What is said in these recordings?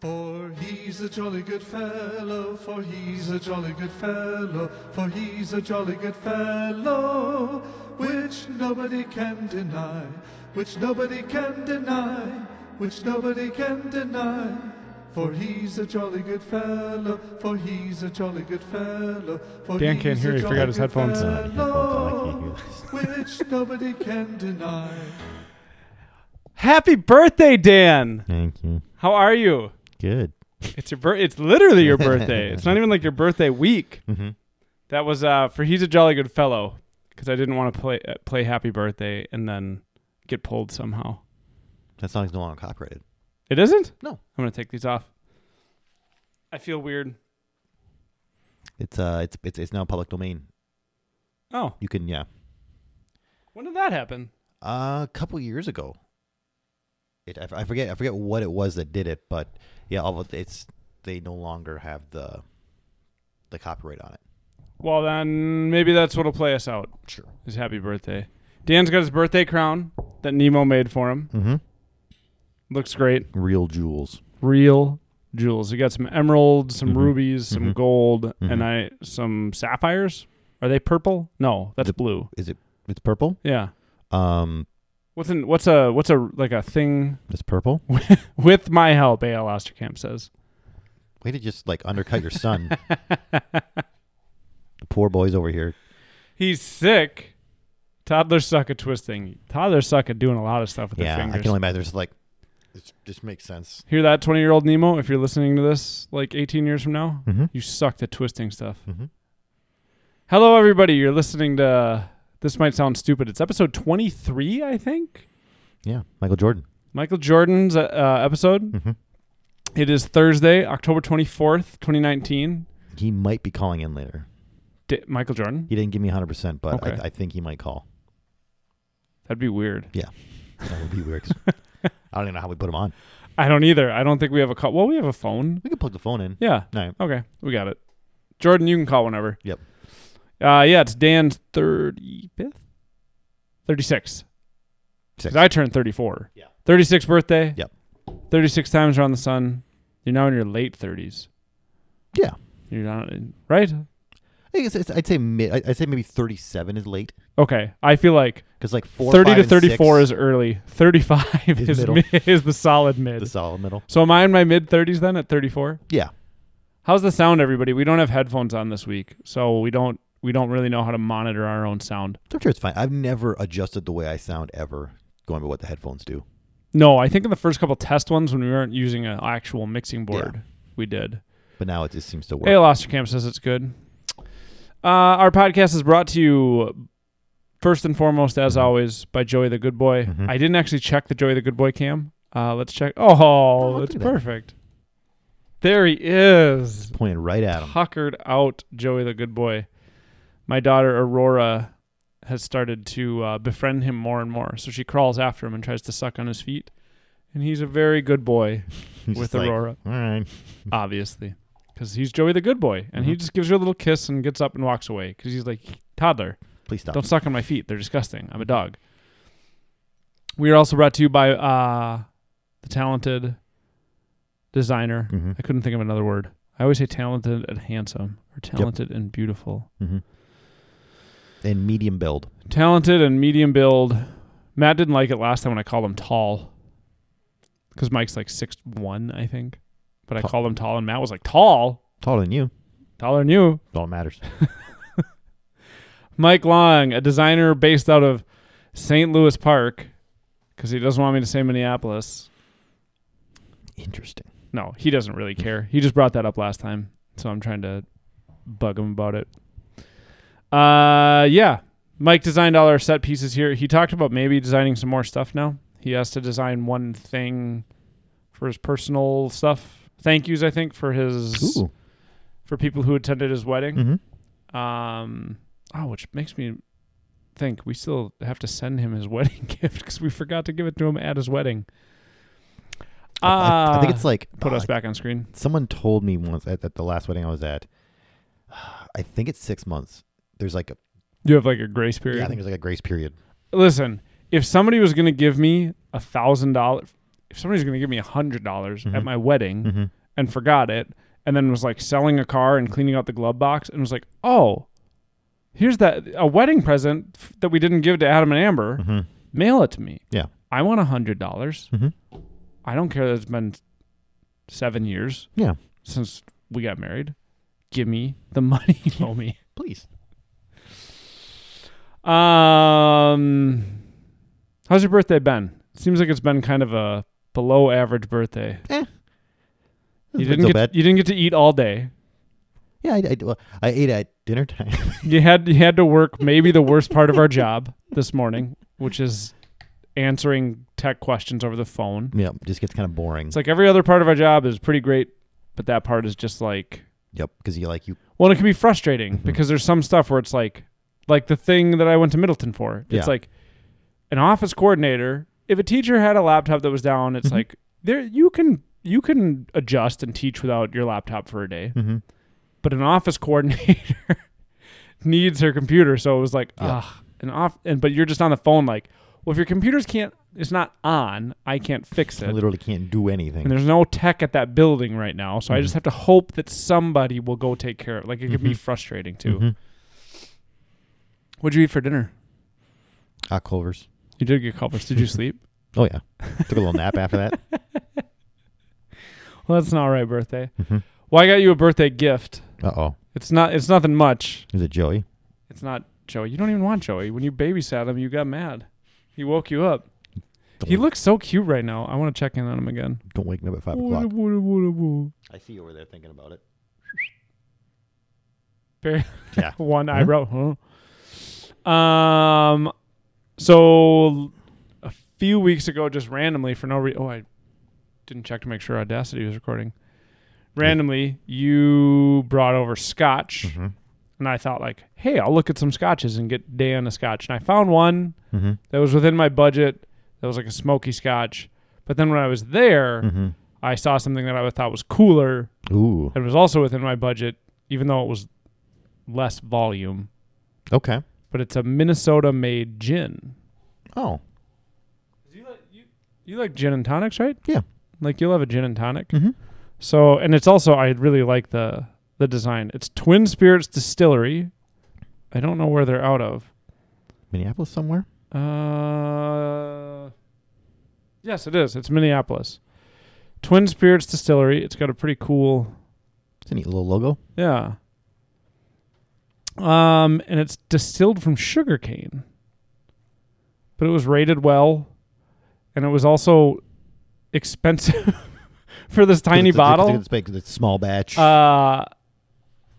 For he's a jolly good fellow, for he's a jolly good fellow, for he's a jolly good fellow, which nobody can deny, which nobody can deny, which nobody can deny. For he's a jolly good fellow, for he's a jolly good fellow, for Dan he's can't a hear, he jolly forgot his good headphones. Uh, headphones on, I can't hear fellow, which nobody can deny. Happy birthday, Dan! Thank you. How are you? Good. It's your bir- It's literally your birthday. it's not even like your birthday week. Mhm. That was uh, for he's a jolly good fellow because I didn't want to play uh, play Happy Birthday and then get pulled somehow. That song's no longer copyrighted. It isn't. No. I'm gonna take these off. I feel weird. It's uh, it's it's it's now public domain. Oh, You can yeah. when did that happen? Uh, a couple years ago. It I, f- I forget I forget what it was that did it, but yeah, all of it's they no longer have the the copyright on it. Well, then maybe that's what'll play us out. Sure. Is Happy Birthday. Dan's got his birthday crown that Nemo made for him. Mm-hmm. Looks great. Real jewels. Real jewels. He got some emeralds, some Mhm. rubies, some Mhm. gold, and I Mhm. some sapphires. Are they purple? No, that's The- blue. Is it? It's purple. Yeah. Um, What's in what's a what's a like a thing it's purple. with my help? Al Osterkamp says. Way to just like undercut your son. the poor boy's over here. He's sick. Toddlers suck at twisting. Toddlers suck at doing a lot of stuff with yeah, their fingers. I can only imagine. It's like, it just makes sense. Hear that, twenty-year-old Nemo? If you're listening to this, like eighteen years from now, Mm-hmm. you sucked at twisting stuff. Mm-hmm. Hello, everybody. You're listening to. This might sound stupid. It's episode 23, I think. Yeah, Michael Jordan. Michael Jordan's uh, uh, episode. Mm-hmm. It is Thursday, October 24th, 2019. He might be calling in later. D- Michael Jordan? He didn't give me 100%, but Okay. I, I think he might call. That'd be weird. That would be weird. 'cause I don't even know how we put him on. I don't either. I don't think we have a call. Well, we have a phone. We could plug the phone in. Yeah. No. Okay. We got it. Jordan, you can call whenever. Yep. Uh, yeah, it's Dan's 35th? 36. Six. Because I turned 34. Yeah. 36 birthday. Yep. 36 times around the sun. You're now in your late 30s. Yeah. You're not, right? I guess it's, I'd say mid, I- I'd say maybe 37 is late. Okay. I feel like Because like four, 30 five, to and six 34 is early. 35 Is is, middle. mi- is the solid mid. the solid middle. so am I in my mid 30s then at 34? Yeah. How's the sound, everybody? We don't have headphones on this week, so we don't we don't really know how to monitor our own sound. I'm sure it's fine. I've never adjusted the way I sound ever going by what the headphones do. No, I think in the first couple test ones when we weren't using an actual mixing board, we did. But now it just seems to work. Hey, Osterkamp says it's good. Uh, our podcast is brought to you first and foremost, as Mhm. always, by Joey the Good Boy. Mhm. I didn't actually check the Joey the Good Boy cam. Uh, let's check. Oh, look that's at that. perfect. There he is. Pointing right at him. Puckered out Joey the good boy. My daughter Aurora has started to uh, befriend him more and more. So she crawls after him and tries to suck on his feet. And he's a very good boy He's with just like, Aurora, All right. obviously, because he's Joey the good boy. And he Mhm. just gives her a little kiss and gets up and walks away because he's like, toddler, Please stop. don't suck on my feet. They're disgusting. I'm a dog. We are also brought to you by uh, the talented designer hmm I couldn't think of another word. I always say talented and handsome, or talented and beautiful. hmm And medium build. Talented and medium build. Matt didn't like it last time when I called him tall, because Mike's like six one, I think. But I Tall. called him tall, and Matt was like tall, Taller than you. taller than you. All that matters. Mike Long, a designer based out of St. Louis Park, because he doesn't want me to say Minneapolis. Interesting. No, he doesn't really care. He just brought that up last time, so I'm trying to bug him about it. Uh, yeah. Mike designed all our set pieces here. He talked about maybe designing some more stuff now. He has to design one thing for his personal stuff. Thank yous, I think, for his Ooh. for people who attended his wedding. Mm-hmm. Um, oh, which makes me think we still have to send him his wedding gift because we forgot to give it to him at his wedding. I, I think Ah. it's like Put uh, us back on screen. Someone told me once at, at the last wedding I was at. I think it's six months. There's like a You have like a grace yeah, period. I think there's like a grace period. Listen, if somebody was going to give me a thousand dollars, if somebody's going to give me a hundred dollars at Mhm. my wedding Mhm. and forgot it, and then was like selling a car and cleaning out the glove box, and was like, oh, here's that a wedding present f- that we didn't give to Adam and Amber. Mhm. Mail it to me. Yeah. I want a hundred dollars. Mhm. I don't care that it's been seven years. Yeah. Since we got married, give me the money, you owe me. Please. Um, how's your birthday been? Seems like it's been kind of a below average birthday. You It's didn't Eh. so get bad. you didn't get to eat all day. Yeah, I, I, well, I ate at dinner time. You had you had to work maybe the worst part of our job this morning, which is answering tech questions over the phone. yeah, just gets kind of boring. It's like every other part of our job is pretty great, but that part is just like yep, because you like you. Well, it can be frustrating Mhm. because there's some stuff where it's like, like the thing that I went to Middleton for. It's Yeah. like an office coordinator. If a teacher had a laptop that was down, it's Mhm. like there you can you can adjust and teach without your laptop for a day. Mm-hmm. But an office coordinator needs her computer, so it was like, Yeah. ugh, an off. And but you're just on the phone, like, well, if your computer's can't, it's not on. I can't fix I it. literally can't do anything. And there's no tech at that building right now, so I Mhm. just have to hope that somebody will go take care of it. Like it could be Mhm. frustrating too. Mhm. What'd you eat for dinner? Ah, Culver's. You did get culprits. Did you sleep? Oh yeah, took a little nap after that. Well, that's not right birthday. Mm-hmm. Well, I got you a birthday gift. Uh oh, It's not. It's nothing much. is it Joey? It's not Joey. You don't even want Joey. When you babysat him, you got mad. He woke you up. He Don't- looks so cute right now. I want to check in on him again. Don't wake me up at five o'clock. One I see you over there thinking about it. eyebrow. Huh? Um. So a few weeks ago, just randomly for no reason. Oh, I didn't check to make sure Audacity was recording. Randomly, you brought over scotch. Mm-hmm. and I thought like, hey, I'll look at some scotches and get Dan a scotch. And I found one Mm-hmm. that was within my budget. That was like a smoky scotch. But then when I was there, Mm-hmm. I saw something that I thought was cooler Ooh. and was also within my budget, even though it was less volume. Okay. But it's a Minnesota made gin. Oh. You like, you, you like gin and tonics, right? Yeah. Like you'll have a gin and tonic. Mm-hmm. So, and it's also I really like the the design. It's Twin Spirits Distillery. I don't know where they're out of. Minneapolis somewhere. Uh, yes, it is. It's Minneapolis. Twin Spirits Distillery. It's got a pretty cool, It's a neat little logo. yeah. Um, and it's distilled from sugarcane. But it was rated well, and it was also expensive for this 'Cause tiny it's, bottle. It's, it's, big, 'cause it's small batch. uh,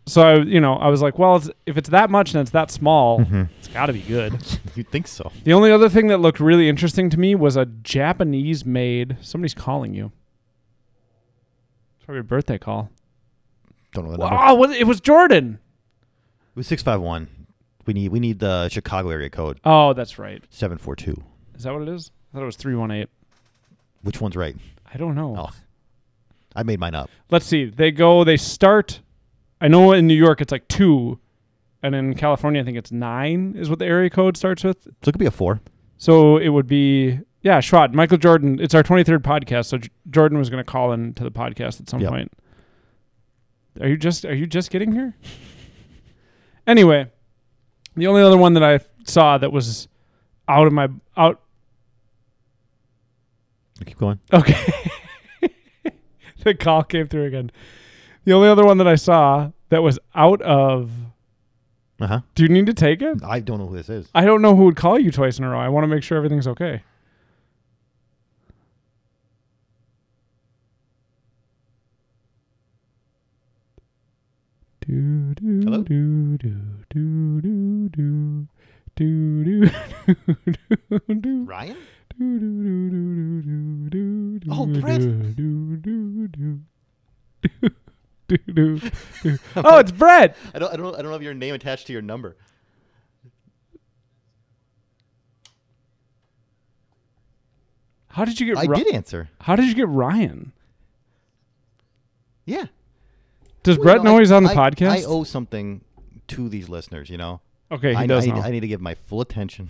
so I, you know, I was like, well, it's, if it's that much and it's that small, Mhm. it's got to be good. You'd think so. The only other thing that looked really interesting to me was a Japanese made. Somebody's calling you. It's probably a birthday call. Don't know the number. Oh, was- it was Jordan. It was six five one. We need we need the Chicago area code Oh, that's right. seven four two. Is that what it is? I thought it was 318. Which one's right? I don't know. Oh. I made mine up. Let's see. They go, they start. I know in New York it's like two, and in California I think it's nine is what the area code starts with. So it could be a four. So it would be, yeah, Schwad, Michael Jordan. It's our 23rd podcast. So J- Jordan was going to call in to the podcast at some Yep. point. Are you just, are you just getting here? anyway, the only other one that I saw that was out of my, out, Keep going. okay. the call came through again. The only other one that I saw that was out of, Uh huh. do you need to take it? I don't know who this is. I don't know who would call you twice in a row. I want to make sure everything's okay. Do, do, Hello? do, do, do, do, do. Do, do, do, do, do. Ryan? Do, do, do, do, do, do, do, Oh, Brett. do, do, do. Do, do, do. Oh, it's Brett. I don't I don't I don't have your name attached to your number. How did you get? I Ri- did answer. How did you get Ryan? Yeah. Does Well, Brett you know, I- he's on the I- podcast? I owe something to these listeners, you know. okay, he I, does I, know. I need to give my full attention.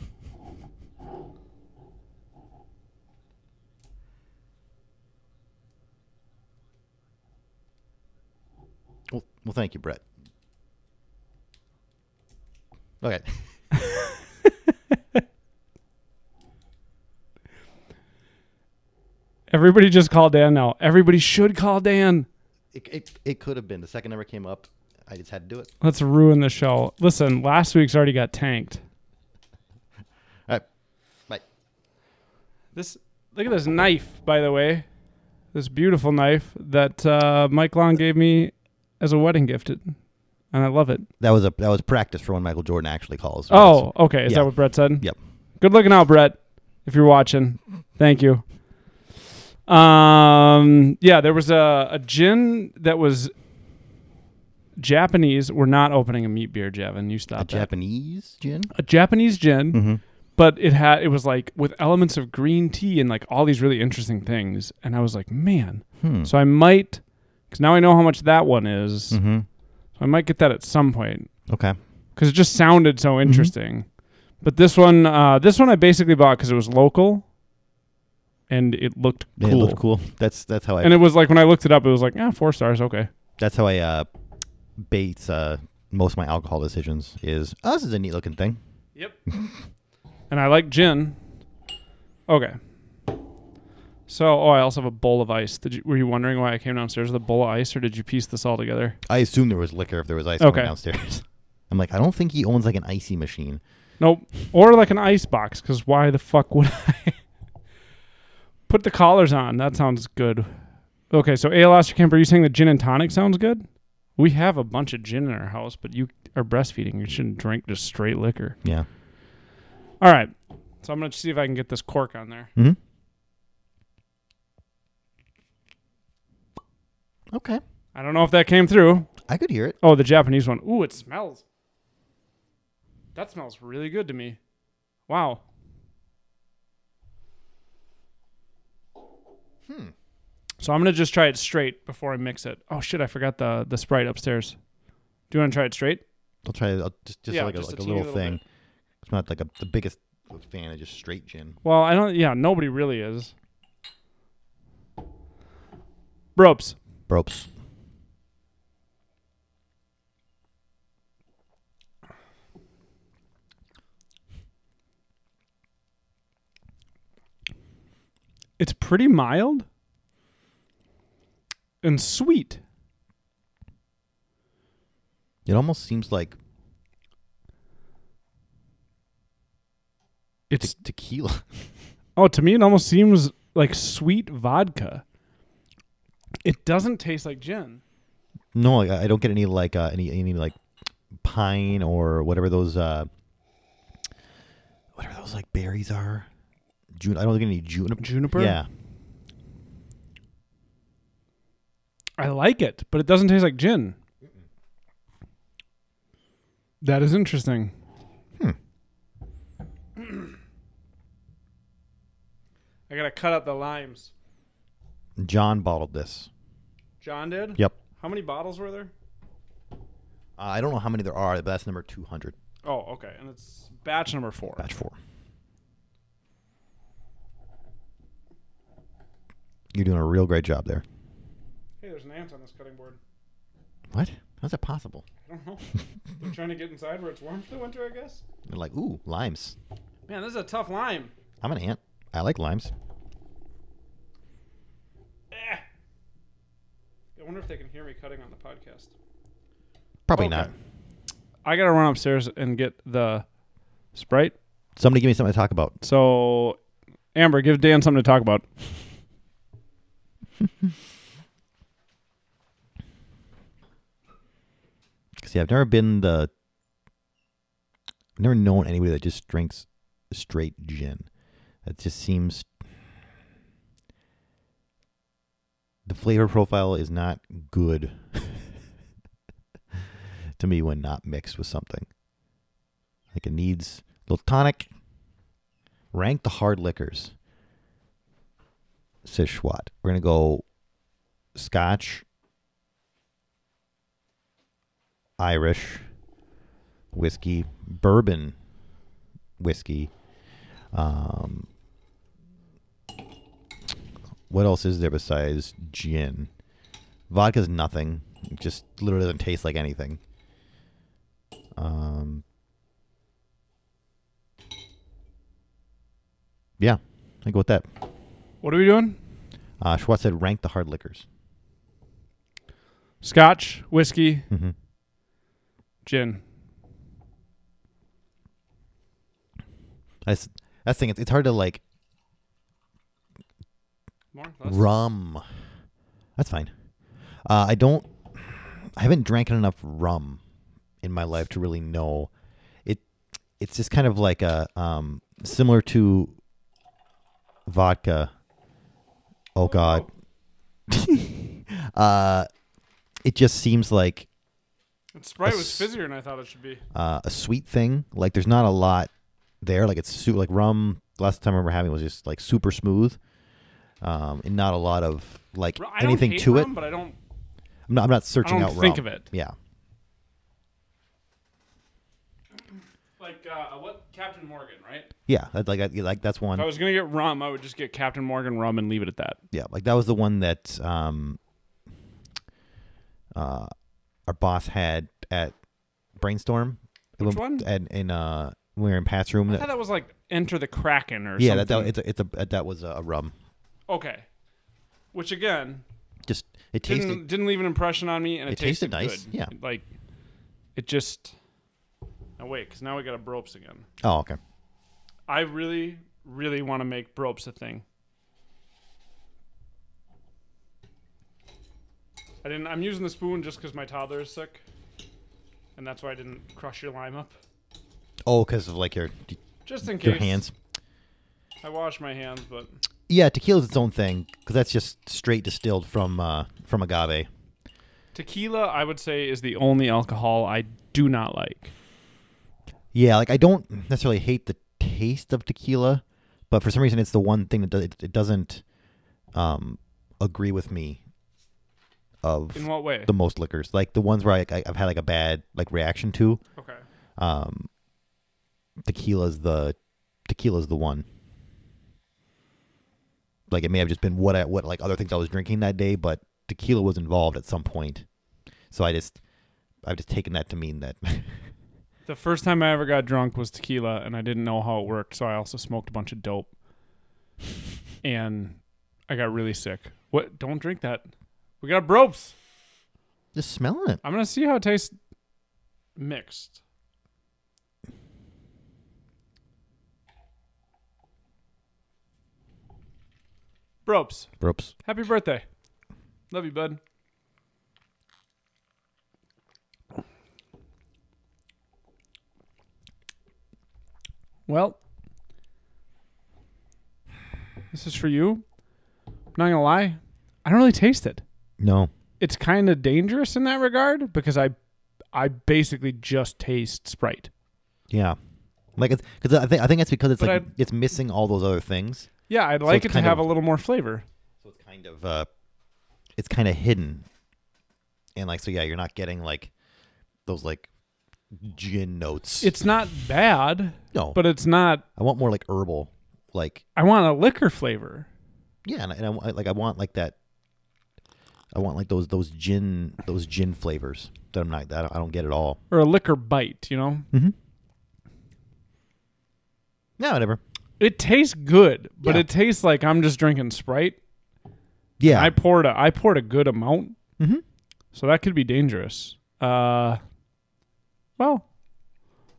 Well, thank you, Brett. Okay. Everybody just call Dan now. Everybody should call Dan. It, it, it could have been. The second number came up. I just had to do it. Let's ruin the show. Listen, last week's already got tanked. All right. Bye. This look at this knife, by the way. This beautiful knife that uh, Mike Long gave me as a wedding gift, and I love it. That was a that was practice for when Michael Jordan actually calls. Oh, okay. Is Yeah. that what Brett said? Yep. Good looking out, Brett. If you're watching, thank you. Um, yeah, there was a, a gin that was Japanese. We're not opening a meat beer, Javin. You a stop that. Japanese gin. a Japanese gin, Mm-hmm. but it had it was like with elements of green tea and like all these really interesting things. And I was like, man. Hmm. So I might, because now I know how much that one is. mm-hmm. So I might get that at some point. Okay. because it just sounded so Mm-hmm. interesting. But this one, uh, this one I basically bought because it was local, and it looked Yeah, cool. It looked cool. That's that's how I And it was like when I looked it up, it was like, ah, four stars, okay. that's how I uh, base uh, most of my alcohol decisions. Is oh, this is a neat looking thing. Yep. and I like gin. Okay. So, oh, I also have a bowl of ice. Did you, were you wondering why I came downstairs with a bowl of ice, or did you piece this all together? I assume there was liquor if there was ice going Okay. downstairs. I'm like, I don't think he owns like an icy machine. Nope. Or like an ice box, because why the fuck would I? Put the collars on. That sounds good. Okay, so Ale Osterkamp, are you saying that gin and tonic sounds good? We have a bunch of gin in our house, but you are breastfeeding. You shouldn't drink just straight liquor. Yeah. All right. So I'm going to see if I can get this cork on there. hmm Okay. I don't know if that came through. I could hear it. Oh, the Japanese one. Ooh, it smells. That smells really good to me. Wow. Hmm. So I'm gonna just try it straight before I mix it. Oh shit, I forgot the the Sprite upstairs. Do you want to try it straight? I'll try it. I'll just just Yeah, like a, just a like a teeny little, little thing. It's not like a, the biggest fan of just straight gin. Well, I don't. Yeah, nobody really is. Ropes. Bropes. It's pretty mild and sweet. It almost seems like te- It's tequila. Oh, to me, it almost seems like sweet vodka. It doesn't taste like gin. no, like, I I don't get any like uh, any any like pine or whatever those uh whatever those like berries are. June. I don't get any juniper. Juniper? Yeah. I like it, but it doesn't taste like gin. That is interesting. Hmm. I gotta cut up the limes. John bottled this. John did? Yep. How many bottles were there? Uh, I don't know how many there are, but that's number two hundred. Oh, okay. And it's batch number four. Batch four. You're doing a real great job there. Hey, there's an ant on this cutting board. What? How's that possible? I don't know. They're trying to get inside where it's warm for the winter, I guess. They're like, ooh, limes. Man, this is a tough lime. I'm an ant. I like limes. Eh. I wonder if they can hear me cutting on the podcast. Probably Okay. not. I gotta run upstairs and get the sprite. Somebody give me something to talk about. So, Amber, give Dan something to talk about. Because yeah, I've never been the. I've never known anybody that just drinks straight gin. That just seems. The flavor profile is not good to me when not mixed with something. Like it needs a little tonic. Rank the hard liquors. Says Schwat. We're going to go scotch, Irish whiskey, bourbon whiskey. Um, what else is there besides gin? Vodka's nothing. It just literally doesn't taste like anything. Um. Yeah, I go with that. What are we doing? Uh, Schwartz said rank the hard liquors. Scotch, whiskey, Mm-hmm. gin. That's that's the thing. It's, it's hard to like More? rum. That's fine. Uh, I don't. I haven't drank enough rum in my life to really know. It it's just kind of like a um similar to vodka. Oh God. uh, it just seems like Sprite was fizzier than I thought it should be. uh, a sweet thing. Like there's not a lot there. Like it's su- like rum. Last time I remember having it was just like super smooth, um, and not a lot of like anything to it. but I don't. I'm not, I'm not searching don't out Oh, think rum. of it. Yeah, Like uh, what Captain Morgan, right? yeah. That, like I, like that's one. If I was gonna get rum, I would just get Captain Morgan rum and leave it at that. yeah, like that was the one that um, uh, our boss had at brainstorm. Which When- one? And in uh, when we were in Pat's room. I thought that was like Enter the Kraken or yeah, that, something. that it's a, it's a that was a, a rum. okay. Which again, Just it tasted. didn't, didn't leave an impression on me, and it, It tasted nice, good. yeah. like it just. Now wait, because now we got a bropes again. Oh, okay. I really, really want to make bropes a thing. I didn't. I'm using the spoon just because my toddler is sick, and that's why I didn't crush your lime up. Oh, because of like your Just in case. your hands. I wash my hands, but Yeah, tequila's its own thing because that's just straight distilled from uh, from agave. tequila, I would say, is the only alcohol I do not like. Yeah, like I don't necessarily hate the taste of tequila, but for some reason it's the one thing that does, it, it doesn't um, agree with me of In what way? the most liquors. Like the ones where I, I, I've had like a bad like reaction to Okay. um, tequila's the tequila's the one. Like it may have just been what I, what like other things I was drinking that day, but tequila was involved at some point. So I just I've just taken that to mean that The first time I ever got drunk was tequila, and I didn't know how it worked, so I also smoked a bunch of dope, and I got really sick. What? Don't drink that. We got bropes. just smelling it. I'm gonna see how it tastes mixed. Bropes, Ropes. happy birthday. Love you, bud. Well, this is for you. I'm not gonna lie, I don't really taste it No. it's kind of dangerous in that regard because I I basically just taste Sprite. Yeah. Like it's because I think I think that's because it's But like I- it's missing all those other things. Yeah, I'd like it's it to kind have of- a little more flavor. So it's kind of uh it's kind of hidden. And like so yeah, you're not getting like those like gin notes. It's not bad, no. but it's not I want more like herbal, like I want a liquor flavor. yeah, and, I- and I, want- like I want like that. I want like those those gin those gin flavors that I'm not that I don't, I don't get at all. Or a liquor bite, you know? No, whatever. It tastes good, but Yeah. it tastes like I'm just drinking Sprite. Yeah, I poured a I poured a good amount. Mhm. So that could be dangerous. Uh well,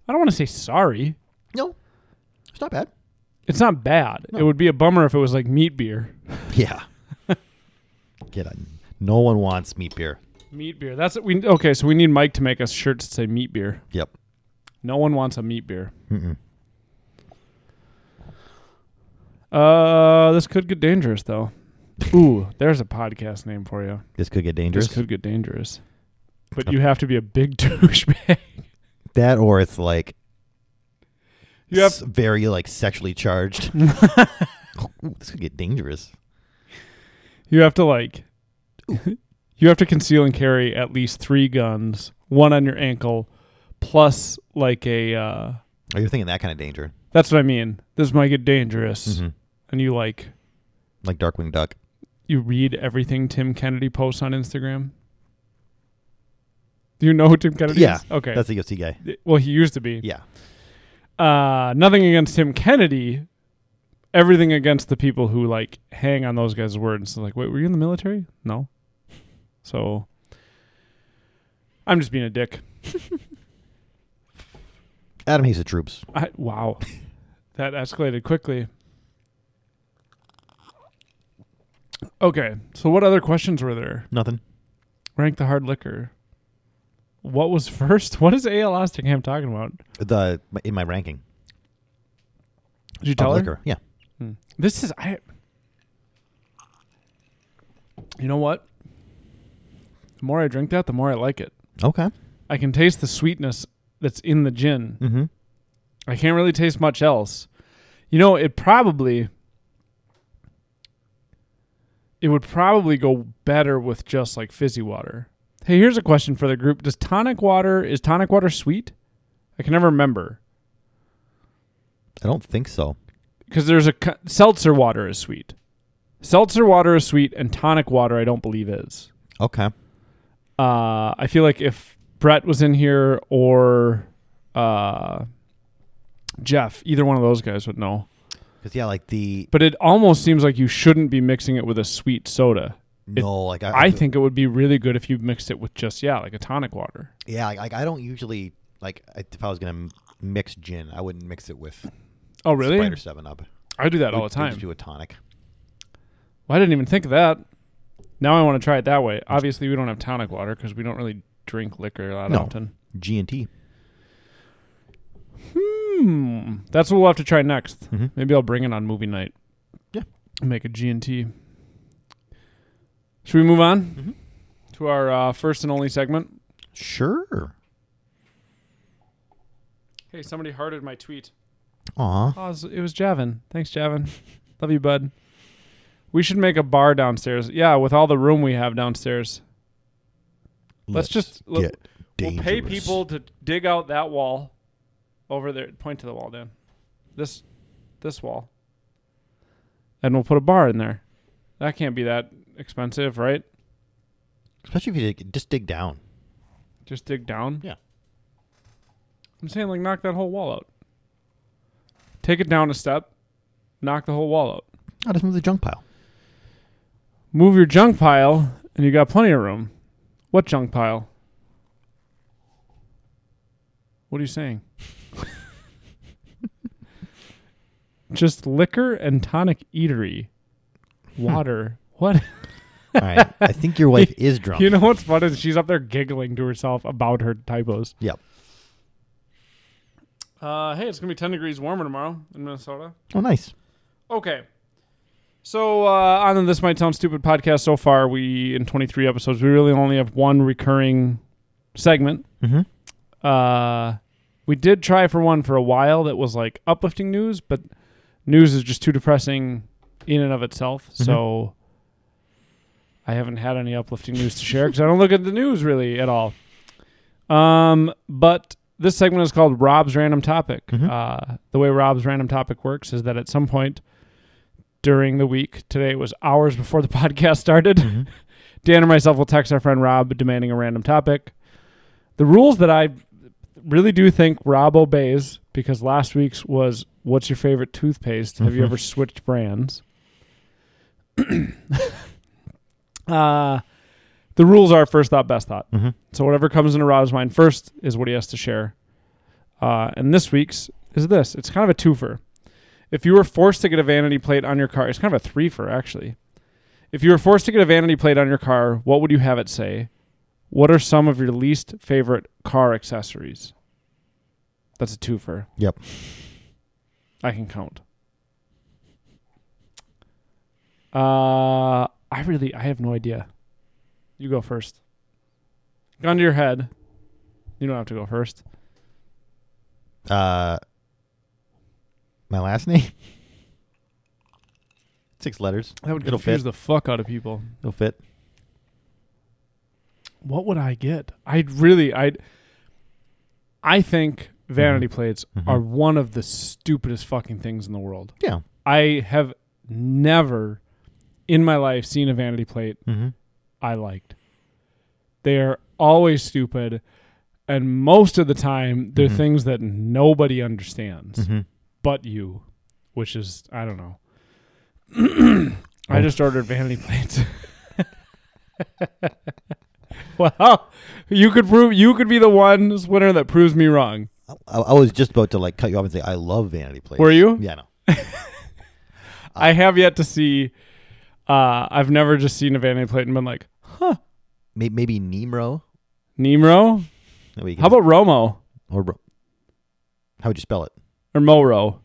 I don't want to say sorry. no, it's not bad. It's not bad. It No. would be a bummer if it was like meat beer. Yeah, get on. No one wants meat beer. Meat beer. That's what we okay. So we need Mike to make us shirts that say meat beer. Yep. No one wants a meat beer. Mm-mm. Uh, this could get dangerous though. Ooh, there's a podcast name for you. This could get dangerous. This could get dangerous. But you have to be a big douchebag. That or it's like You have s- very like sexually charged. Ooh, this could get dangerous. you have to like you have to conceal and carry at least three guns, one on your ankle, plus like a. Uh, Oh, you're thinking that kind of danger, that's what I mean. This might get dangerous, Mhm. and you like like Darkwing Duck. you read everything Tim Kennedy posts on Instagram. Do you know who Tim Kennedy yeah. is? Okay. That's the UFC guy. well, he used to be. Yeah. Uh, nothing against Tim Kennedy. Everything against the people who like hang on those guys' words. Like, wait, were you in the military? No. So I'm just being a dick. Adam Hayes of Troops. I, wow, that escalated quickly. Okay, so what other questions were there? Nothing. Rank the hard liquor. What was first? What is A.L. Osterham talking about? The in my ranking. Did you of tell her? liquor. Yeah. Hmm. This is I. You know what? The more I drink that, the more I like it. Okay. I can taste the sweetness that's in the gin. Mm-hmm. I can't really taste much else. You know, it probably it would probably go better with just like fizzy water. Hey, here's a question for the group. Does tonic water is tonic water sweet? I can never remember I don't think so. because there's a co- seltzer water is sweet. Seltzer water is sweet and tonic water I don't believe is. Okay. Uh, I feel like if Brett was in here or uh, Jeff, either one of those guys would know. Because yeah, like the but it almost seems like you shouldn't be mixing it with a sweet soda. no, like I, I think it would be really good if you mixed it with just yeah, like a tonic water. yeah, like, like I don't usually like I- if I was gonna m- mix gin, I wouldn't mix it with Oh, really? Sprite or Seven Up. I do that We- all we the just time. Do a tonic. Well, I didn't even think of that. Now I want to try it that way. Obviously, we don't have tonic water because we don't really drink liquor that No. often. G and T. Hmm. That's what we'll have to try next. Mhm. Maybe I'll bring it on movie night. Yeah. Make a G and T. Should we move on Mhm. to our uh, first and only segment? Sure. Hey, somebody hearted my tweet. Aw. Oh, it was, it was Javin. Thanks, Javin. Love you, bud. We should make a bar downstairs. Yeah, with all the room we have downstairs. Let's just- let- get dangerous. We'll pay people to dig out that wall over there. Point to the wall, Dan. This this wall. And we'll put a bar in there. That can't be that expensive, right? especially if you dig, just dig down. Just dig down. Yeah. I'm saying like knock that whole wall out. Take it down a step, knock the whole wall out. I'll just move the Oh, junk pile. move your junk pile and you got plenty of room. What junk pile? What are you saying? Just liquor and tonic eatery. Water. What? All right. I think your wife is drunk. You know what's fun is she's up there giggling to herself about her typos. Yep. Uh, hey, it's going to be 10 degrees warmer tomorrow in Minnesota. Oh, nice. Okay. So uh, on the This Might Sound Stupid podcast so far, we in 23 episodes, we really only have one recurring segment. Mm-hmm. Uh, we did try for one for a while that was like uplifting news, but news is just too depressing in and of itself. So I haven't had any uplifting news to share because I don't look at the news really at all. Um, but this segment is called Rob's Random Topic. Mhm. Uh, the way Rob's Random Topic works is that at some point during the week, today it was hours before the podcast started. Mhm. Dan or myself will text our friend Rob demanding a random topic. The rules that I really do think Rob obeys because last week's was what's your favorite toothpaste? Have you Mhm. ever switched brands? uh, the rules are first thought, best thought. Mhm. So whatever comes into Rob's mind first is what he has to share. Uh, and this week's is this. It's kind of a twofer. If you were forced to get a vanity plate on your car, it's kind of a threefer actually. If you were forced to get a vanity plate on your car, what would you have it say? What are some of your least favorite car accessories? That's a twofer. Yep. I can count. Uh, I really, I have no idea. You go first. Gun to your head. You don't have to go first. Uh, my last name. Six letters. That would It'll confuse fit. the fuck out of people. It'll fit. What would I get? I'd really, I, I think vanity plates Mhm. are one of the stupidest fucking things in the world. Yeah. I have never in my life seen a vanity plate Mm-hmm. I liked. They are always stupid, and most of the time they're Mhm. things that nobody understands Mhm. but you, which is I don't know. I just ordered vanity plates. wow, you could prove you could be the one winner that proves me wrong. I, I was just about to like cut you off and say I love Vanity Plates. Were you? Yeah, no. I have yet to see. Uh, I've never just seen a vanity plate and been like Maybe, maybe Nemro. Nemo. That way you How can- about Romo or Ro- how would you spell it? or Moro?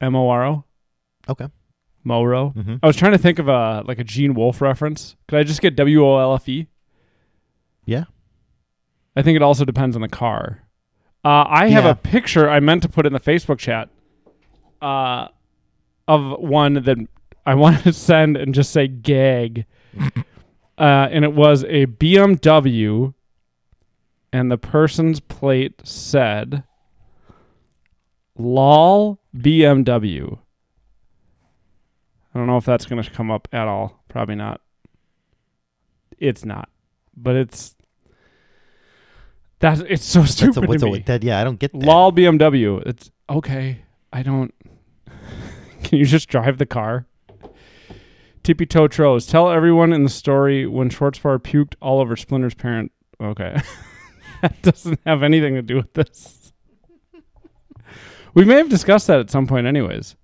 M O R O. Okay. Moro. Mm-hmm. I was trying to think of a like a Gene Wolfe reference. Could I just get W O L F E? Yeah. I think it also depends on the car. Uh, I have Yeah. a picture I meant to put in the Facebook chat uh, of one that I wanted to send and just say gag. uh, and it was a BMW, and the person's plate said, LOL BMW. I don't know if that's going to come up at all. Probably not. It's not. But it's. That it's so stupid That's a, what's to a, me. that, yeah, I don't get that. Lol BMW. It's okay. I don't. Can you just drive the car? Tippy toe tros. Tell everyone in the story when Schwarzbar puked all over Splinter's parent. Okay, that doesn't have anything to do with this. We may have discussed that at some point, anyways.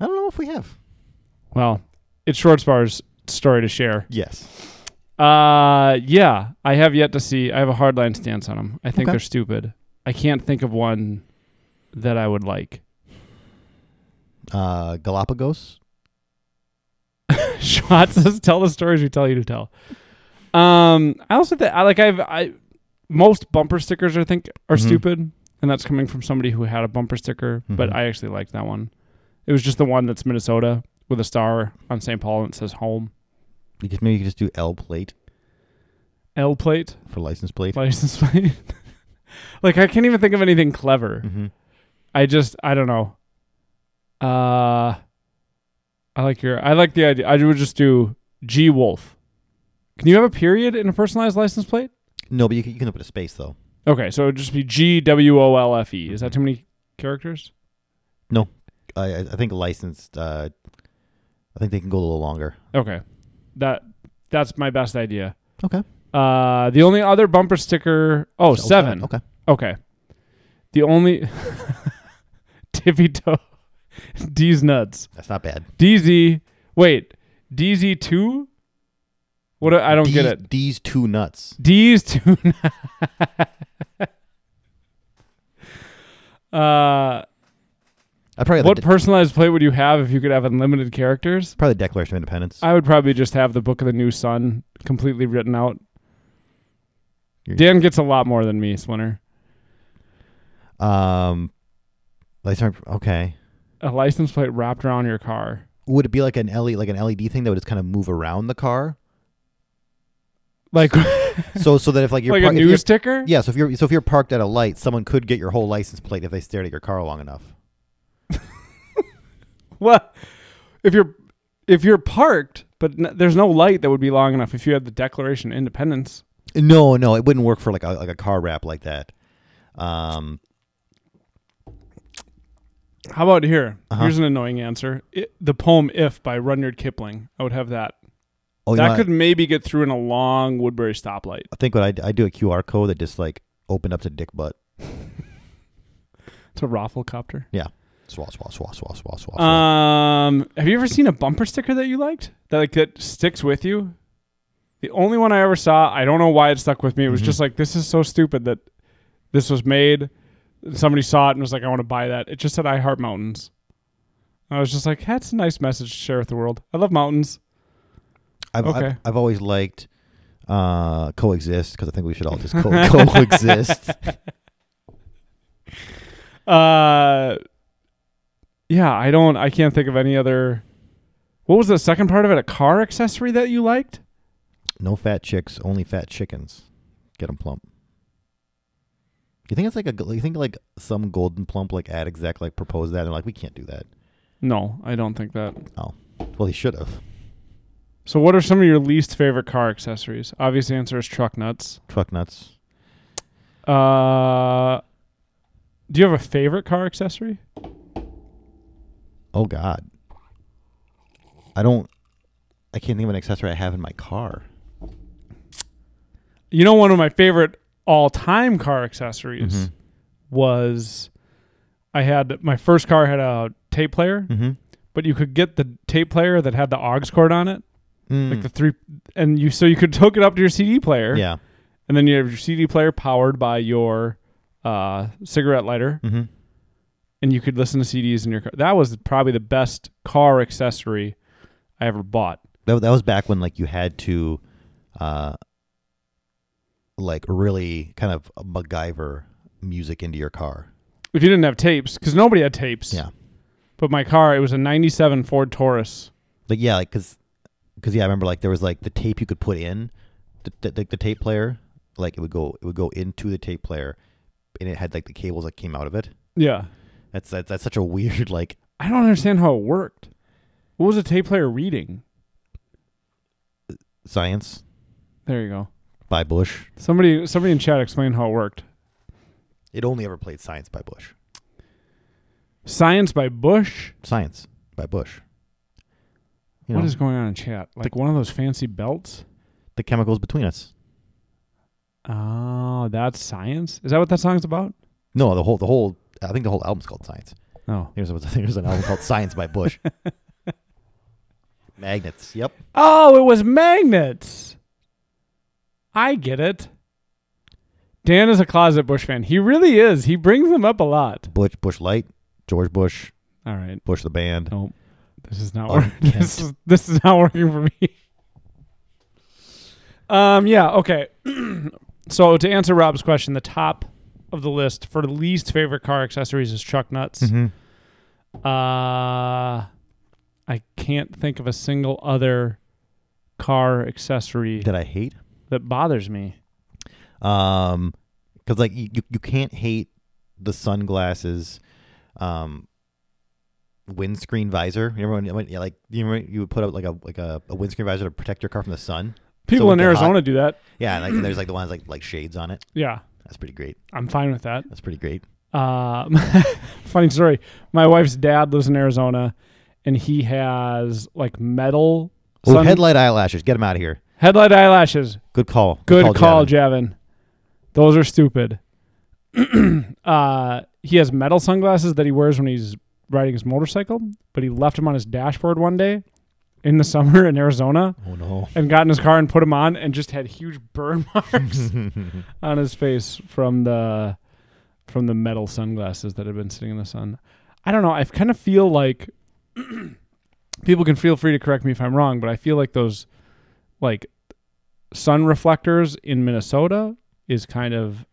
I don't know if we have. Well, it's Schwarzbar's story to share. Yes. Uh, yeah, I have yet to see. I have a hardline stance on them. I think Okay. they're stupid. I can't think of one that I would like. Uh, Galapagos. Schwartz says, "Tell the stories we tell you to tell." Um, I also think I like I've I most bumper stickers I think are Mhm. stupid, and that's coming from somebody who had a bumper sticker. But Mhm. I actually liked that one. It was just the one that's Minnesota with a star on St. Paul and it says home. You could, maybe you could just do L plate L plate for license plate. license plate. like I can't even think of anything clever. Mm-hmm. I just I don't know. Uh, I like your I like the idea. I would just do G Wolf. Can you have a period in a personalized license plate? No, but you can, you can put a space though. Okay, so it would just be G W O L F E. Is that too many characters? I, I I think licensed. Uh, I think they can go a little longer. Okay, that that's my best idea. Okay. Uh, the only other bumper sticker. Oh, So, seven. Okay. Okay. The only tippy toe. D's nuts. That's not bad. DZ. Wait. DZ two. What? do- I don't get These- it. These two nuts. D's two. uh, I probably what the, personalized plate would you have if you could have unlimited characters? probably the Declaration of Independence. I would probably just have the Book of the New Sun completely written out. You're- Dan gets a lot more than me, Splinter. Um, license. Okay. A license plate wrapped around your car. Would it be like an LED, like an LED thing that would just kind of move around the car? Like So so that if like you're like a par- if you're- news sticker? yeah, so if you're so if you're parked at a light, someone could get your whole license plate if they stared at your car long enough. Well, if you're if you're parked, but n- there's no light that would be long enough if you had the Declaration of Independence. No, no, it wouldn't work for like a like a car wrap like that. Um, How about here? Uh-huh. Here's an annoying answer. I the poem If by Rudyard Kipling. I would have that. oh, you know, that I- could maybe get through in a long Woodbury stoplight. I think what I I do a QR code that just like opened up to dick butt. It's a raffle copter. Swa swa swa swa swa swa. swa. Um, have you ever seen a bumper sticker that you liked that like that sticks with you? The only one I ever saw, I don't know why it stuck with me. It was Mhm. just like this is so stupid that this was made. Somebody saw it and was like, "I want to buy that." It just said, "I heart mountains." I was just like, "That's a nice message to share with the world. I love mountains." I've, I've okay. I've always liked uh coexist because I think we should all just co- coexist. Uh, yeah, I don't. I can't think of any other. What was the second part of it? A car accessory that you liked? No fat chicks, only fat chickens. Get them plump. You think it's like a? You think like some golden plump like ad exec like proposed that and they're like we can't do that. No, I don't think that. Well, he should have. So, what are some of your least favorite car accessories? Obvious answer is truck nuts. Truck nuts. Uh, do you have a favorite car accessory? Oh God. I don't. I can't think of an accessory I have in my car. You know, one of my favorite all-time car accessories Mhm. was I had my first car had a tape player, Mm-hmm. but you could get the tape player that had the aux cord on it, Mm. like the three, and you so you could hook it up to your CD player, yeah. and then you have your CD player powered by your uh, cigarette lighter, Mm-hmm. and you could listen to CDs in your car. That was probably the best car accessory I ever bought. That, that was back when like you had to, uh, like really kind of MacGyver music into your car. If you didn't have tapes, because nobody had tapes. Yeah. But my car, it was a '97 Ford Taurus. Like yeah, like because, yeah, I remember like there was like the tape you could put in, the, the, the, the tape player. Like it would go it would go into the tape player, and it had like the cables that came out of it. Yeah. That's that's, that's such a weird like I don't understand how it worked. What was a tape player reading? science There you go. by Bush. Somebody, somebody in chat explained how it worked. It only ever played science by Bush. Science by Bush. Science by Bush. You What know, is going on in chat? Like one of those fancy belts? the chemicals between us? Oh, that's science. Is that what that song's about? No, the whole the whole I think the whole album's called Science. Oh. There's a, there's an album called Science by Bush. Magnets. Yep. Oh, it was magnets. I get it. Dan is a closet Bush fan. He really is. He brings them up a lot. Bush Bush Light, George Bush, All right. Bush the band. Nope. This is not Oh, working. you This is, this is not working for me. Um. Yeah. Okay. so to answer Rob's question, the top of the list for least favorite car accessories is truck nuts. Uh, I can't think of a single other car accessory That I hate. that bothers me. Um, because like you, you can't hate the sunglasses, um, windscreen visor. You remember when, when- yeah, like you remember you would put up like a like a, a windscreen visor to protect your car from the sun. People So in they're Arizona do that. Yeah, like there's like the ones like like shades on it. Yeah, That's pretty great. I'm fine with that. That's pretty great. Um, funny story. My wife's dad lives in Arizona, and he has like metal Ooh, sun- headlight eyelashes. Get them out of here. headlight eyelashes. Good call. Good call, Gavin. Javin. Those are stupid. uh, he has metal sunglasses that he wears when he's riding his motorcycle, but he left them on his dashboard one day in the summer in Arizona Oh no. and got in his car and put them on and just had huge burn marks on his face from the from the metal sunglasses that had been sitting in the sun. I don't know. I kind of feel like people can feel free to correct me if I'm wrong, but I feel like those like sun reflectors in Minnesota is kind of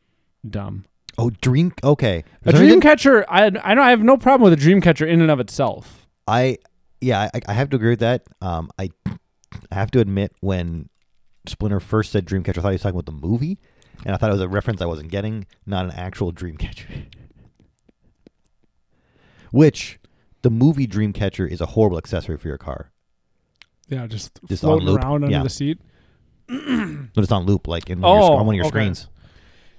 dumb. Oh, drink. Okay. A For some reason, dream catcher, I I don't I have no problem with a dream catcher in and of itself. I yeah, I, I have to agree with that. Um, I I have to admit when Splinter first said Dreamcatcher, I thought he was talking about the movie, and I thought it was a reference I wasn't getting, not an actual Dreamcatcher. Which the movie Dreamcatcher is a horrible accessory for your car. Yeah, just, Just on floating loop, around under yeah. the seat. But it's on loop, like in one of your, Oh, on one of your okay. screens.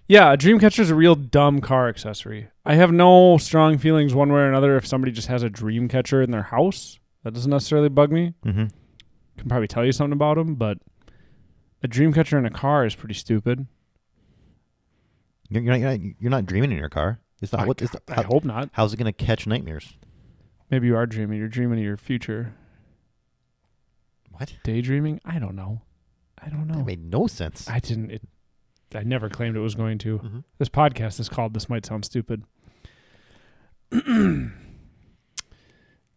Yeah, a Dreamcatcher is a real dumb car accessory. I have no strong feelings one way or another if somebody just has a Dreamcatcher in their house. That doesn't necessarily bug me. Mm-hmm. Can probably tell you something about them, but a Dreamcatcher in a car is pretty stupid. You're, you're, not, you're not you're not dreaming in your car. It's not. I- what, it's not- I how- hope not. how's it going to catch nightmares? Maybe you are dreaming. You're dreaming of your future. What? Daydreaming? I don't know. I don't know. That made no sense. I didn't. It, I never claimed it was going to. Mhm. This podcast is called "This Might Sound Stupid."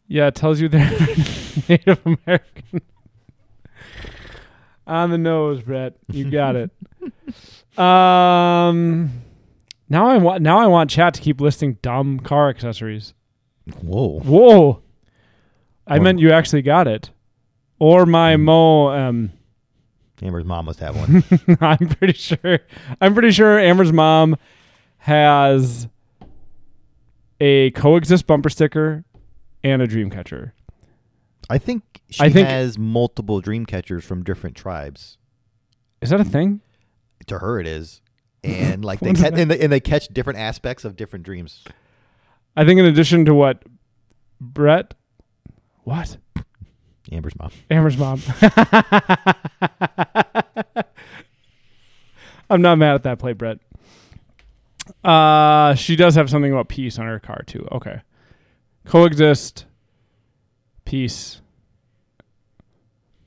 yeah, it tells you they're Native American. On the nose, Brett. You got it. um, now I want now I want chat to keep listing dumb car accessories. Whoa. Whoa! I Or- meant you actually got it, or my mo um. Amber's mom must have one. I'm pretty sure. I'm pretty sure Amber's mom has a coexist bumper sticker and a dream catcher. I think she I think- has multiple dream catchers from different tribes. Is that a thing? To her, it is, and like they What's ca- that? and they, and they catch different aspects of different dreams. I think in addition to what Brett, what Amber's mom. Amber's mom. I'm not mad at that play, Brett. Uh, she does have something about peace on her car too. Okay, coexist, peace.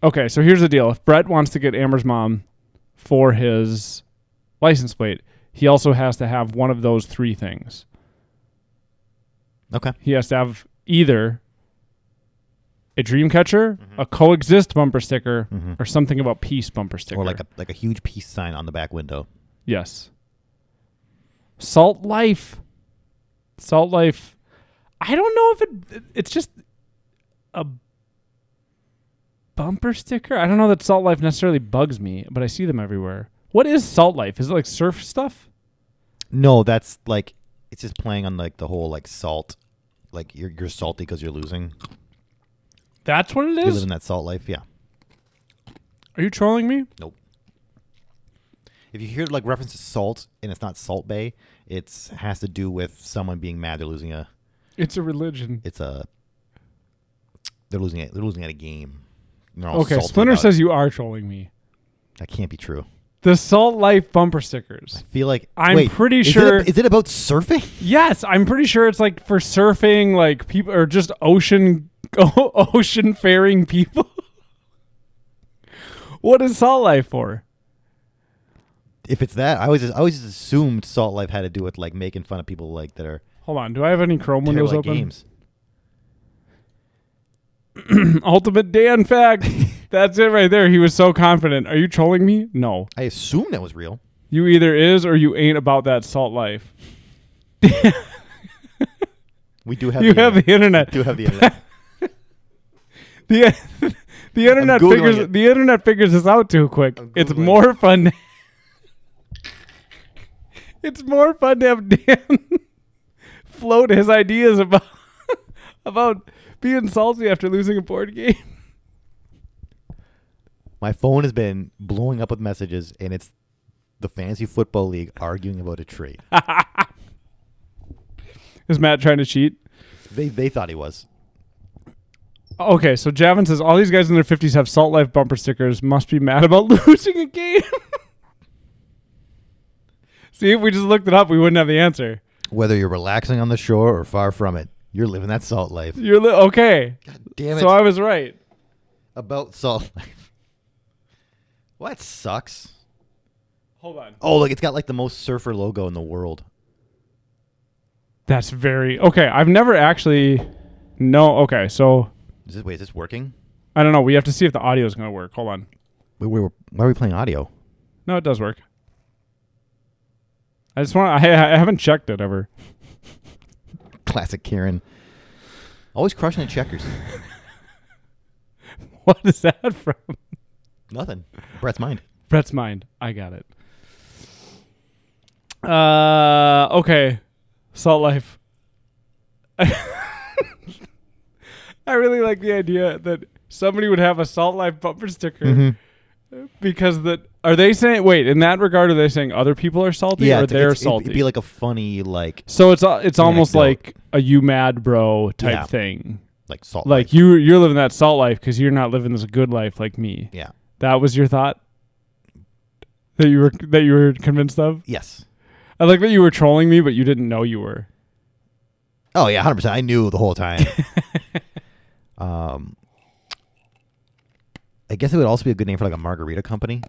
Okay, so here's the deal: if Brett wants to get Amber's mom for his license plate, he also has to have one of those three things. Okay. He has to have either a dream catcher, a coexist bumper sticker, or something about peace bumper sticker. Mm-hmm. Or like a like a huge peace sign on the back window. yes. Salt Life. Salt Life. I don't know if it it's just a bumper sticker. I don't know that Salt Life necessarily bugs me, but I see them everywhere. What is Salt Life? Is it like surf stuff? No, that's like it's just playing on like the whole like salt, like you're you're salty because you're losing. That's what it You live is. in that salt life, yeah. Are you trolling me? Nope. If you hear like reference to salt and it's not Salt Bay, it's has to do with someone being mad they're losing a It's a religion. it's a they're losing it they're losing at a game. And they're all Okay, salty Splinter about it. says you are trolling me. that can't be true. The Salt Life bumper stickers. I feel like I'm wait, pretty is it sure- a- is it about surfing? Yes, I'm pretty sure it's like for surfing, like people or just ocean ocean faring people. what is salt life for? If it's that, I always I always just assumed Salt Life had to do with like making fun of people like that are Hold on, do I have any Chrome windows terrible at open? games. Ultimate Dan fact. That's it right there. He was so confident. Are you trolling me? No. I assume that was real. You either is or you ain't about that salt life. We do have You the have the internet. internet. do have the internet. the the internet Googling figures it. the internet figures this out too quick. I'm It's Googling. more fun. it's more fun to have Dan float his ideas about about being salty after losing a board game. My phone has been blowing up with messages, and it's the fantasy football league arguing about a tree. Is Matt trying to cheat? they they thought he was. Okay, so Javin says all these guys in their fifties have salt life bumper stickers. Must be mad about losing a game. See, if we just looked it up, we wouldn't have the answer. Whether you're relaxing on the shore or far from it, you're living that salt life. You're li- okay. Damn it! So I was right. about salt life. Well, that sucks. Hold on. Oh, look, it's got like the most surfer logo in the world. That's very okay. I've never actually. No. Okay. So Is this wait? Is this working? I don't know. We have to see if the audio is going to work. Hold on. Wait, wait, why are we playing audio? No, it does work. I just want. I, I haven't checked it ever. Classic Karen. Always crushing at checkers. What is that from? Nothing. Brett's mind. Brett's mind. I got it. Uh. Okay. Salt life. I really like the idea that somebody would have a salt life bumper sticker. Mm-hmm. because the are they saying wait in that regard are they saying other people are salty or it's- they're it's- salty It'd be like a funny like so it's al- it's almost Anecdote. like a you mad bro type Yeah. thing like salt like you you're living that salt life because you're not living this good life like me Yeah. that was your thought that you were that you were convinced of Yes. i like that you were trolling me but you didn't know you were Oh yeah, hundred percent. I knew the whole time. um, I guess it would also be a good name for like a margarita company.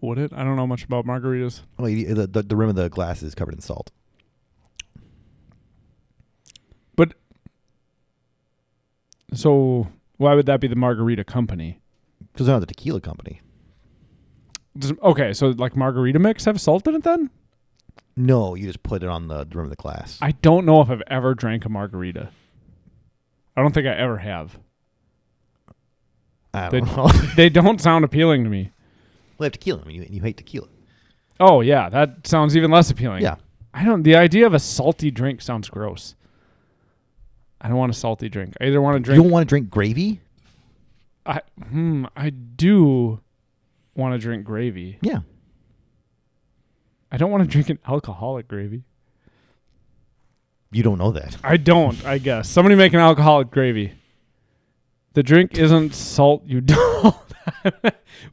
would it i don't know much about margaritas Well, you, the, the the rim of the glass is covered in salt. but so why would that be the margarita company Because they're not the tequila company. Does, okay so like margarita mix have salt in it then No, you just put it on the, the rim of the glass. I don't know if I've ever drank a margarita. I don't think I ever have. I They, don't know. they don't sound appealing to me. they have tequila. I mean, you, you hate tequila. Oh yeah, that sounds even less appealing. Yeah. I don't. The idea of a salty drink sounds gross. I don't want a salty drink. I either want to You drink. don't want to drink gravy? I hmm. I do want to drink gravy. Yeah. I don't want to drink an alcoholic gravy. You don't know that. I don't. I guess somebody make an alcoholic gravy. The drink isn't salt, you don't.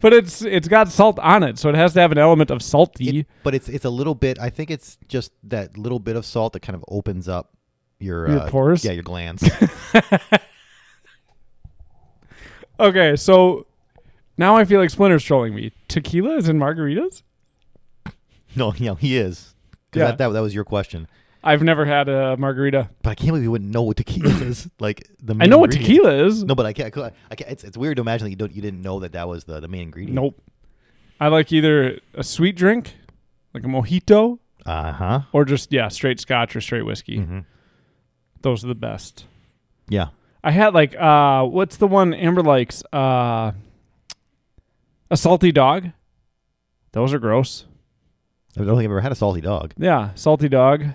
but it's it's got salt on it, so it has to have an element of salty. It- but it's it's a little bit. I think it's just that little bit of salt that kind of opens up your, Your uh, pores? Yeah, your glands. Okay, so now I feel like Splinter's trolling me. Tequila is in margaritas? no, you know, he is. 'Cause Yeah. That, that that was your question. I've never had a margarita. But I can't believe you wouldn't know what tequila is. Like the I main know what ingredient. tequila is. No, but I can't. I can't it's, it's weird to imagine that you don't you didn't know that that was the, the main ingredient. Nope. I like either a sweet drink, like a mojito, Uh huh. or just yeah, straight scotch or straight whiskey. Mm. Those are the best. Mm-hmm. Yeah. I had like uh what's the one Amber likes? Uh a salty dog. Those are gross. I don't think I've ever had a salty dog. Yeah, salty dog.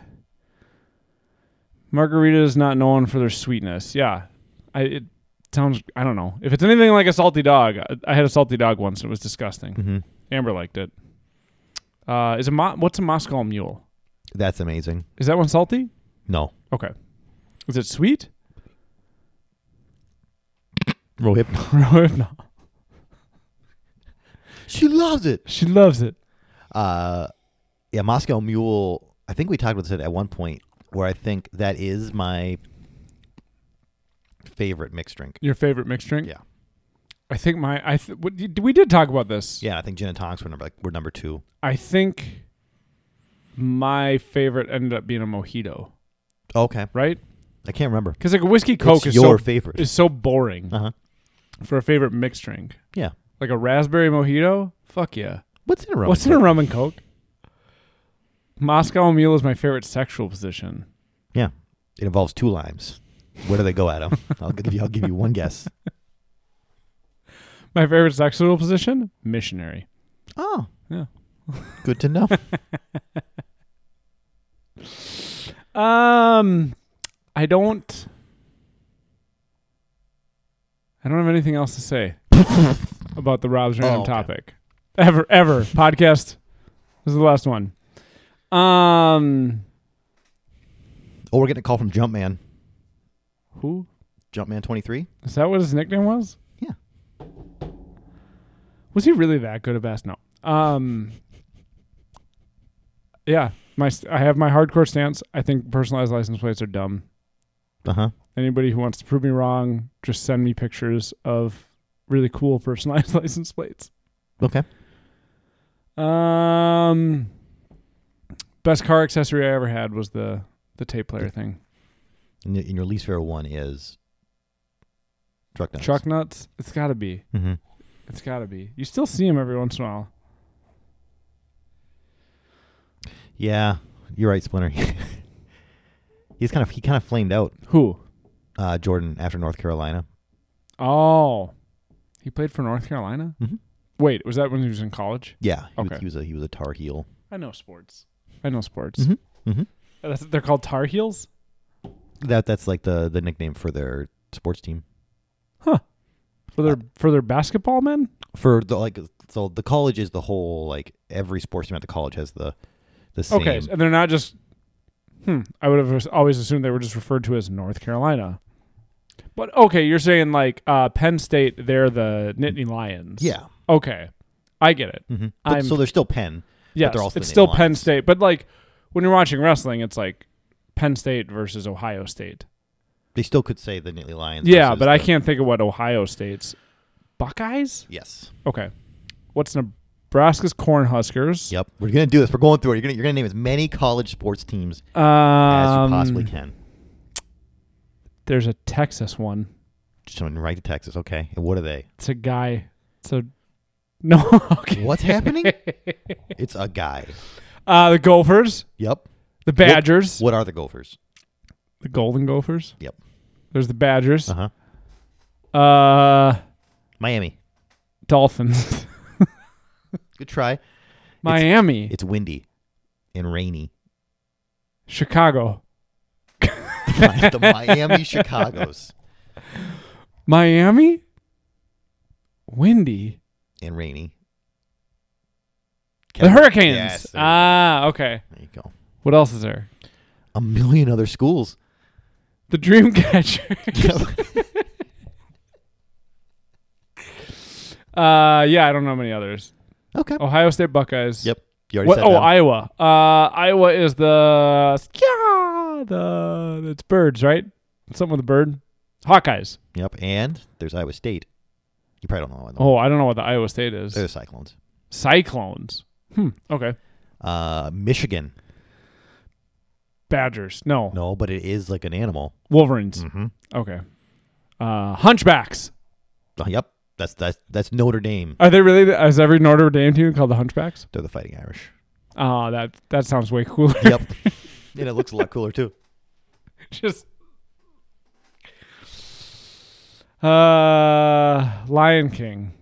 Margarita is not known for their sweetness. Yeah, I it sounds. I don't know if it's anything like a salty dog. I, I had a salty dog once. It was disgusting. Mhm. Amber liked it. Uh, is a mo- what's a Moscow Mule? That's amazing. Is that one salty? No. Okay. Is it sweet? Rohypnol. no. she loves it. She loves it. Uh, yeah, Moscow Mule. I think we talked about this at one point where I think that is my favorite mixed drink. Your favorite mixed drink? Yeah. I think my I th- what, did- we did talk about this. Yeah, I think gin and tonics were number like were number two. I think my favorite ended up being a mojito. Okay, Right? I can't remember. Because like a whiskey coke it's is your so favorite. is so boring Uh huh. for a favorite mixed drink. Yeah. Like a raspberry mojito? Fuck yeah. What's in a rum? What's in a rum and coke? Moscow Mule is my favorite sexual position. Yeah, it involves two limes. Where do they go, Adam? I'll give you. I'll give you one guess. My favorite sexual position? Missionary. Oh, Yeah. Good to know. Um I don't I don't have anything else to say about the Rob's random Oh, okay. topic. Ever ever podcast. This is the last one. Um oh, we're getting a call from Jumpman. who? Jumpman twenty three. Is that what his nickname was? Yeah. Was he really that good of bass? No. Um. Yeah, my st- I have my hardcore stance. I think personalized license plates are dumb. Uh huh. Anybody who wants to prove me wrong, just send me pictures of really cool personalized license plates. Okay. Um. Best car accessory I ever had was the the tape player thing. And, y- and your least favorite one is truck nuts. Truck nuts. It's got to be. Mm-hmm. It's got to be. You still see them every once in a while. Yeah, you're right, Splinter. He's kind of he kind of flamed out Who? uh, Jordan after North Carolina. Oh, he played for North Carolina. Mhm. Wait, was that when he was in college? Yeah, he, was, Okay. he was a he was a Tar Heel. I know sports. I know sports. Mhm. Mm-hmm. Uh, That's, they're called Tar Heels. That that's like the the nickname for their sports team. For Uh, their for their basketball men. For the like, so the college is the whole like every sports team at the college has the the same. Okay, and they're not just. Hmm. I would have always assumed they were just referred to as North Carolina. But okay, you're saying like uh, Penn State, they're the Nittany Lions. Yeah. Okay, I get it. Mm-hmm. I'm- But, so they're still Penn. Yes, they're also it's the still Nittany Penn Lions. State, but like when you're watching wrestling, it's like Penn State versus Ohio State. They still could say the Nittany Lions. Yeah, versus but I the- can't think of what Ohio State's Buckeyes. Yes. Okay, what's Nebraska's Cornhuskers? Yep. We're gonna do this. We're going through it. You're gonna you're gonna name as many college sports teams Um, as you possibly can. There's a Texas one. Just going right to Texas. Okay. And what are they? It's a guy. It's a no. okay. What's happening? it's a guy. Uh, the Gophers, Yep. the Badgers, What are the Gophers? the Golden Gophers. Yep. There's the Badgers. Uh huh. uh Miami. Dolphins. Good try. Miami. It's windy and rainy. Chicago, the Miami Chicago's Miami, windy, and rainy. the Hurricanes. Yes, there, ah, okay. there you go. What else is there? A million other schools. The Dreamcatcher. uh, yeah, I don't know many others. okay. Ohio State Buckeyes. Yep. You already What? said Oh, them. Iowa. Uh, Iowa is the yeah, the it's birds, right? Something with a bird. Hawkeyes. Yep. And there's Iowa State. You probably don't know. Oh. Oh, I don't know what the Iowa State is. They're the Cyclones. Cyclones. Hmm. Okay. Uh, Michigan. Badgers. No. No, but it is like an animal. Wolverines. Mm-hmm. Okay. Uh, hunchbacks. Uh, yep. That's that's that's Notre Dame. Are they really? The, is every Notre Dame team called the Hunchbacks? They're the Fighting Irish. Oh, that that sounds way cooler. Yep. and it looks a lot cooler too. Just. Uh, Lion King.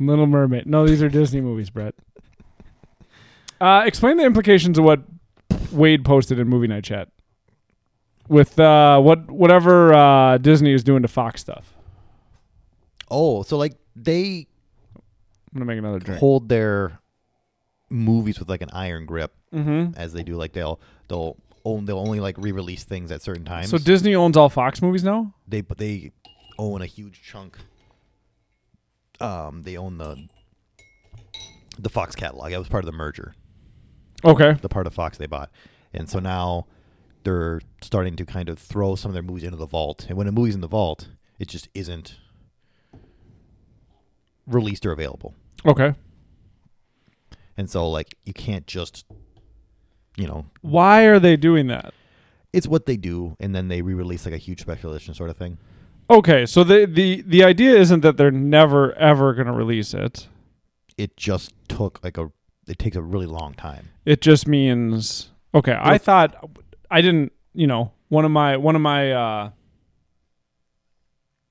Little Mermaid. No, these are Disney movies, Brett. Uh, explain the implications of what Wade posted in Movie Night Chat with uh, what whatever uh, Disney is doing to Fox stuff. Oh, so like they I'm gonna make another drink. hold their movies with like an iron grip, mm-hmm. as they do. Like they'll they'll own they'll only like re-release things at certain times. So Disney owns all Fox movies now. they but they own a huge chunk. Um, they own the the Fox catalog. That was part of the merger. Okay. the part of Fox they bought. And so now they're starting to kind of throw some of their movies into the vault. And when a movie's in the vault, it just isn't released or available. Okay. And so like you can't just you know, Why are they doing that? it's what they do and then they re-release like a huge special edition sort of thing. Okay, so the the the idea isn't that they're never ever going to release it. It just took like a it takes a really long time. It just means okay. I It'll- thought I didn't. You know, one of my one of my uh,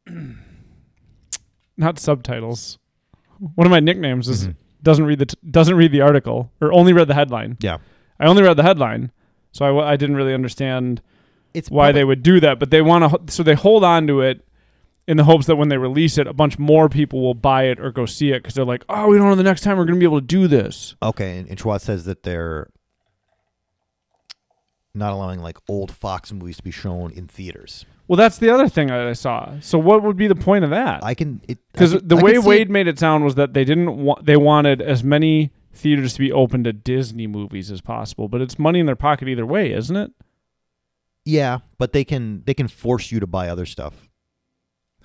not subtitles. One of my nicknames is Mhm. doesn't read the t- doesn't read the article or only read the headline. Yeah. I only read the headline, so I w- I didn't really understand It's why probably- they would do that, but they want to, so they hold on to it in the hopes that when they release it, a bunch more people will buy it or go see it because they're like, oh, we don't know the next time we're going to be able to do this. Okay, and, and Schwartz says that they're not allowing like old Fox movies to be shown in theaters. Well, that's the other thing that I saw. So what would be the point of that? I can it I Because can- the I can way see it Wade made it sound was that they didn't want they wanted as many theaters to be open to Disney movies as possible, but it's money in their pocket either way, isn't it? Yeah, but they can they can force you to buy other stuff.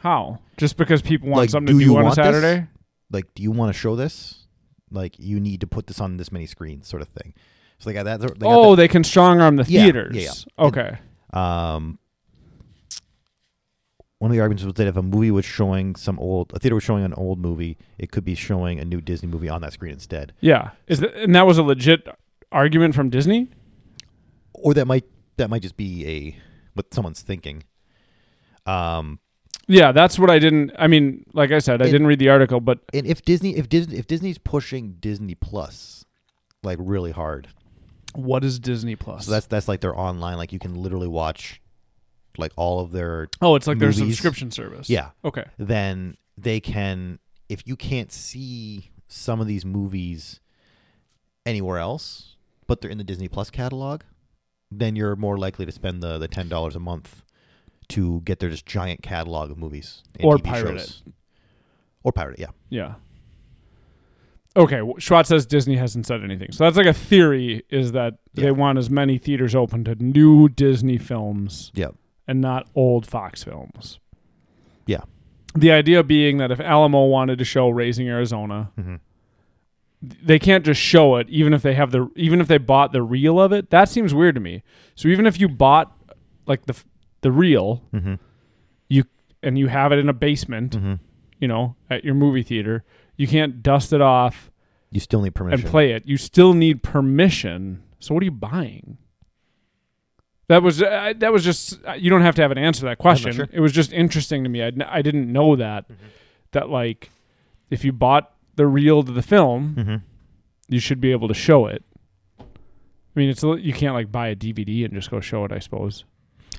How? Just because people want Like, something do to do you on a want this? Saturday? Like, do you want to show this? Like, you need to put this on this many screens, sort of thing. So they got that. They got oh, they can strong arm the Yeah, yeah, theaters. yeah. Okay. that. um, one of the arguments was that if a movie was showing some old, a theater was showing an old movie, it could be showing a new Disney movie on that screen instead, Yeah. Is that, and that was a legit argument from Disney? or that might that might just be a what someone's thinking. Um, Yeah, that's what I didn't. I mean, like I said, I It- didn't read the article, but and if Disney, if Disney, if Disney's pushing Disney Plus, like really hard, what is Disney Plus? So that's that's like their online. Like you can literally watch like all of their. oh, it's like their movies. subscription service. Yeah. Okay. Then they can if you can't see some of these movies anywhere else, but they're in the Disney Plus catalog, then you're more likely to spend the the ten dollars a month to get their just giant catalog of movies and Or TV pirate shows. Or pirate, it, yeah. Yeah. Okay. w- Schwartz says Disney hasn't said anything, so that's like a theory: is that Yeah. they want as many theaters open to new Disney films Yeah. and not old Fox films. Yeah. The idea being that if Alamo wanted to show Raising Arizona, Mhm. they can't just show it even if they have the even if they bought the reel of it. That seems weird to me. So even if you bought like the f- the reel Mhm. you and you have it in a basement, Mhm. you know, at your movie theater, you can't dust it off You still need permission. and play it. You still need permission. So what are you buying? That was uh, that was just uh, you don't have to have an answer to that question. sure. Mm-hmm. It was just interesting to me. I, I didn't know that that like if you bought the reel to the film, Mhm. you should be able to show it. I mean, it's a li- you can't like buy a DVD and just go show it. I suppose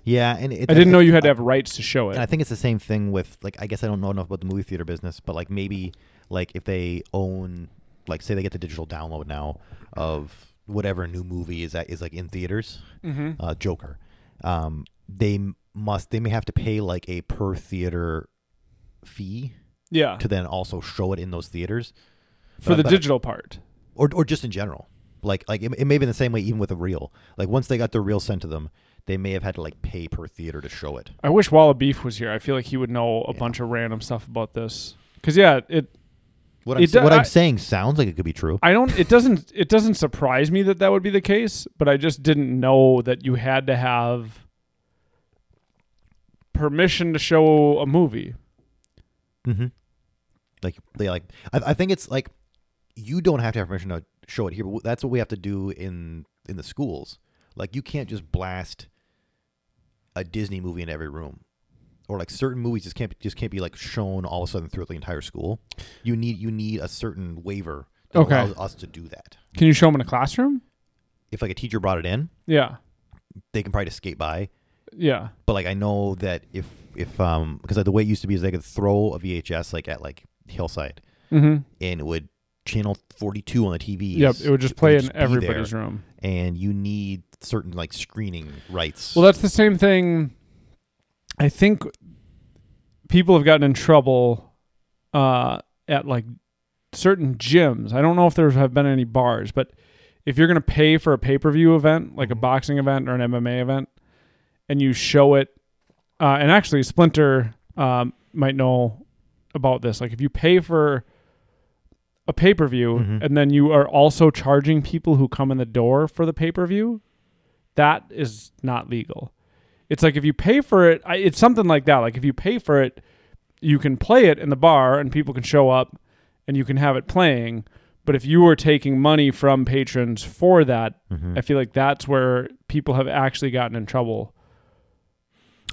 Yeah, and it, I didn't know think- you had to have rights to show And I it. think it's the same thing with like I guess I don't know enough about the movie theater business, but like maybe like if they own like say they get the digital download now of whatever new movie is that is like in theaters, Mm-hmm. uh, Joker, um, they m- must they may have to pay like a per theater fee Yeah, to then also show it in those theaters for the but- digital part. or or just in general. Like like it, it may be the same way even with a reel. Like once they got their reel sent to them, they may have had to like pay per theater to show it. I wish Walla Beef was here. I feel like he would know a Yeah. bunch of random stuff about this. Cause yeah, it What I'm, It do- what I- I'm saying sounds like it could be true. I don't it doesn't it doesn't surprise me that that would be the case, but I just didn't know that you had to have permission to show a movie. Mm-hmm. Like they like. I, I think it's like you don't have to have permission to show it here, but that's what we have to do in in the schools. Like you can't just blast a Disney movie in every room, or like certain movies just can't just can't be like shown all of a sudden throughout the entire school. You need you need a certain waiver that Okay. allows us to do that. Can you show them in a classroom? If like a teacher brought it in, Yeah. they can probably just skate by. Yeah. But like I know that if if um because like, the way it used to be is they could throw a VHS like at like hillside. Mm-hmm. and it would channel 42 on the TV. Yep. It would just play in be everybody's there. room. And you need certain like screening rights. Well, that's the same thing. I think people have gotten in trouble uh, at like certain gyms. I don't know if there have been any bars, but if you're going to pay for a pay per view event, like a Mhm. boxing event or an MMA event, and you show it, uh, and actually Splinter um, might know about this. Like if you pay for a pay per view Mhm. and then you are also charging people who come in the door for the pay per view, that is not legal. It's like if you pay for it, I, it's something like that. Like if you pay for it, you can play it in the bar and people can show up and you can have it playing. But if you were taking money from patrons for that, Mhm. I feel like that's where people have actually gotten in trouble.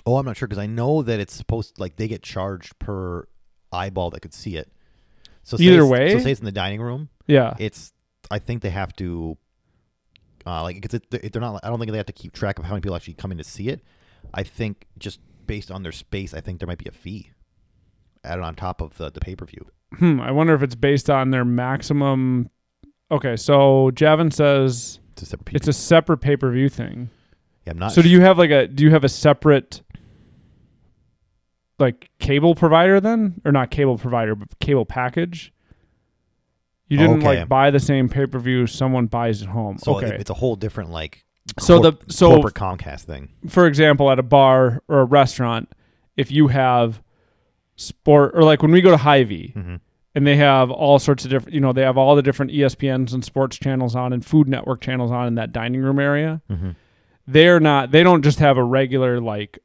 oh, I'm not sure because I know that it's supposed like they get charged per eyeball that could see it. So say Either it's- way? so say it's in the dining room. Yeah. It's I think they have to uh, like because it, they're not. I don't think they have to keep track of how many people actually come in to see it. I think just based on their space, I think there might be a fee added on top of the, the pay per view. Hmm. I wonder if it's based on their maximum. Okay. So Javin says It's a separate. it's a separate pay per view thing. yeah, I'm not So do you have like a do you have a separate like cable provider then or not cable provider but cable package? You didn't Okay. like buy the same pay per view someone buys at home. So it- okay. it's a whole different like So corp- the- so- corporate Comcast thing. For example, at a bar or a restaurant, if you have sport or like when we go to Hy-Vee Mhm. and they have all sorts of different you know, they have all the different E ESPNs and sports channels on and food network channels on in that dining room area. Mm-hmm. they're not they don't just have a regular like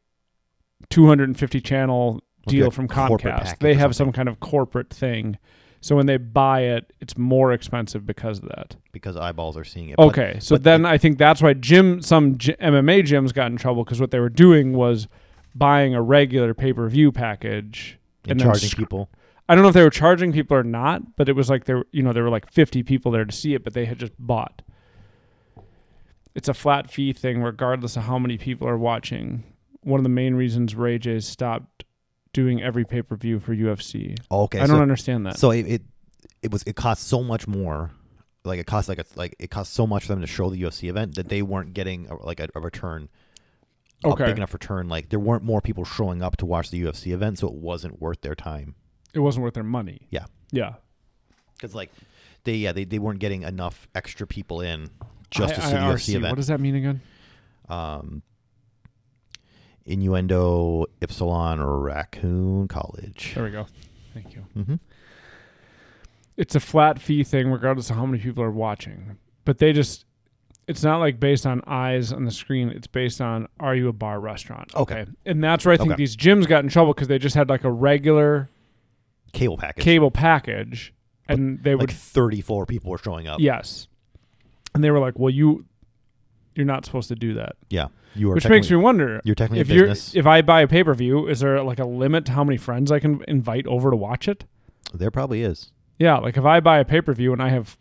250 channel Like deal a from corporate Comcast. package They or have some kind of corporate thing. So when they buy it, it's more expensive because of that. because eyeballs are seeing it. But- Okay, so but then it- I think that's why gym some gy- MMA gyms got in trouble because what they were doing was buying a regular pay per view package and, and then charging sc- people. I don't know if they were charging people or not, but it was like there, you know, there were like 50 people there to see it, but they had just bought. It's a flat fee thing, regardless of how many people are watching. One of the main reasons Ray J stopped doing every pay per view for UFC. Okay, I so, don't understand that. so it, it it was it cost so much more. Like it cost like a, like it cost so much for them to show the UFC event that they weren't getting a, like a, a return. Okay. A big enough return. Like there weren't more people showing up to watch the UFC event, so it wasn't worth their time. it wasn't worth their money. Yeah. Yeah. Because like they yeah they, they weren't getting enough extra people in just to I- see the IRC, UFC event. What does that mean again? um, innuendo ipsilon raccoon college There we go. Thank you. mm-hmm. it's a flat fee thing regardless of how many people are watching but they just it's not like based on eyes on the screen it's based on are you a bar restaurant Okay. and that's where i think Okay. these gyms got in trouble because they just had like a regular cable package cable package and they like would 34 people were showing up yes and they were like well you you're not supposed to do that yeah you are which makes me technically- wonder you're technically if a you're business if i buy a pay-per-view is there like a limit to how many friends i can invite over to watch it there probably is Yeah, like if I buy a pay per view and I have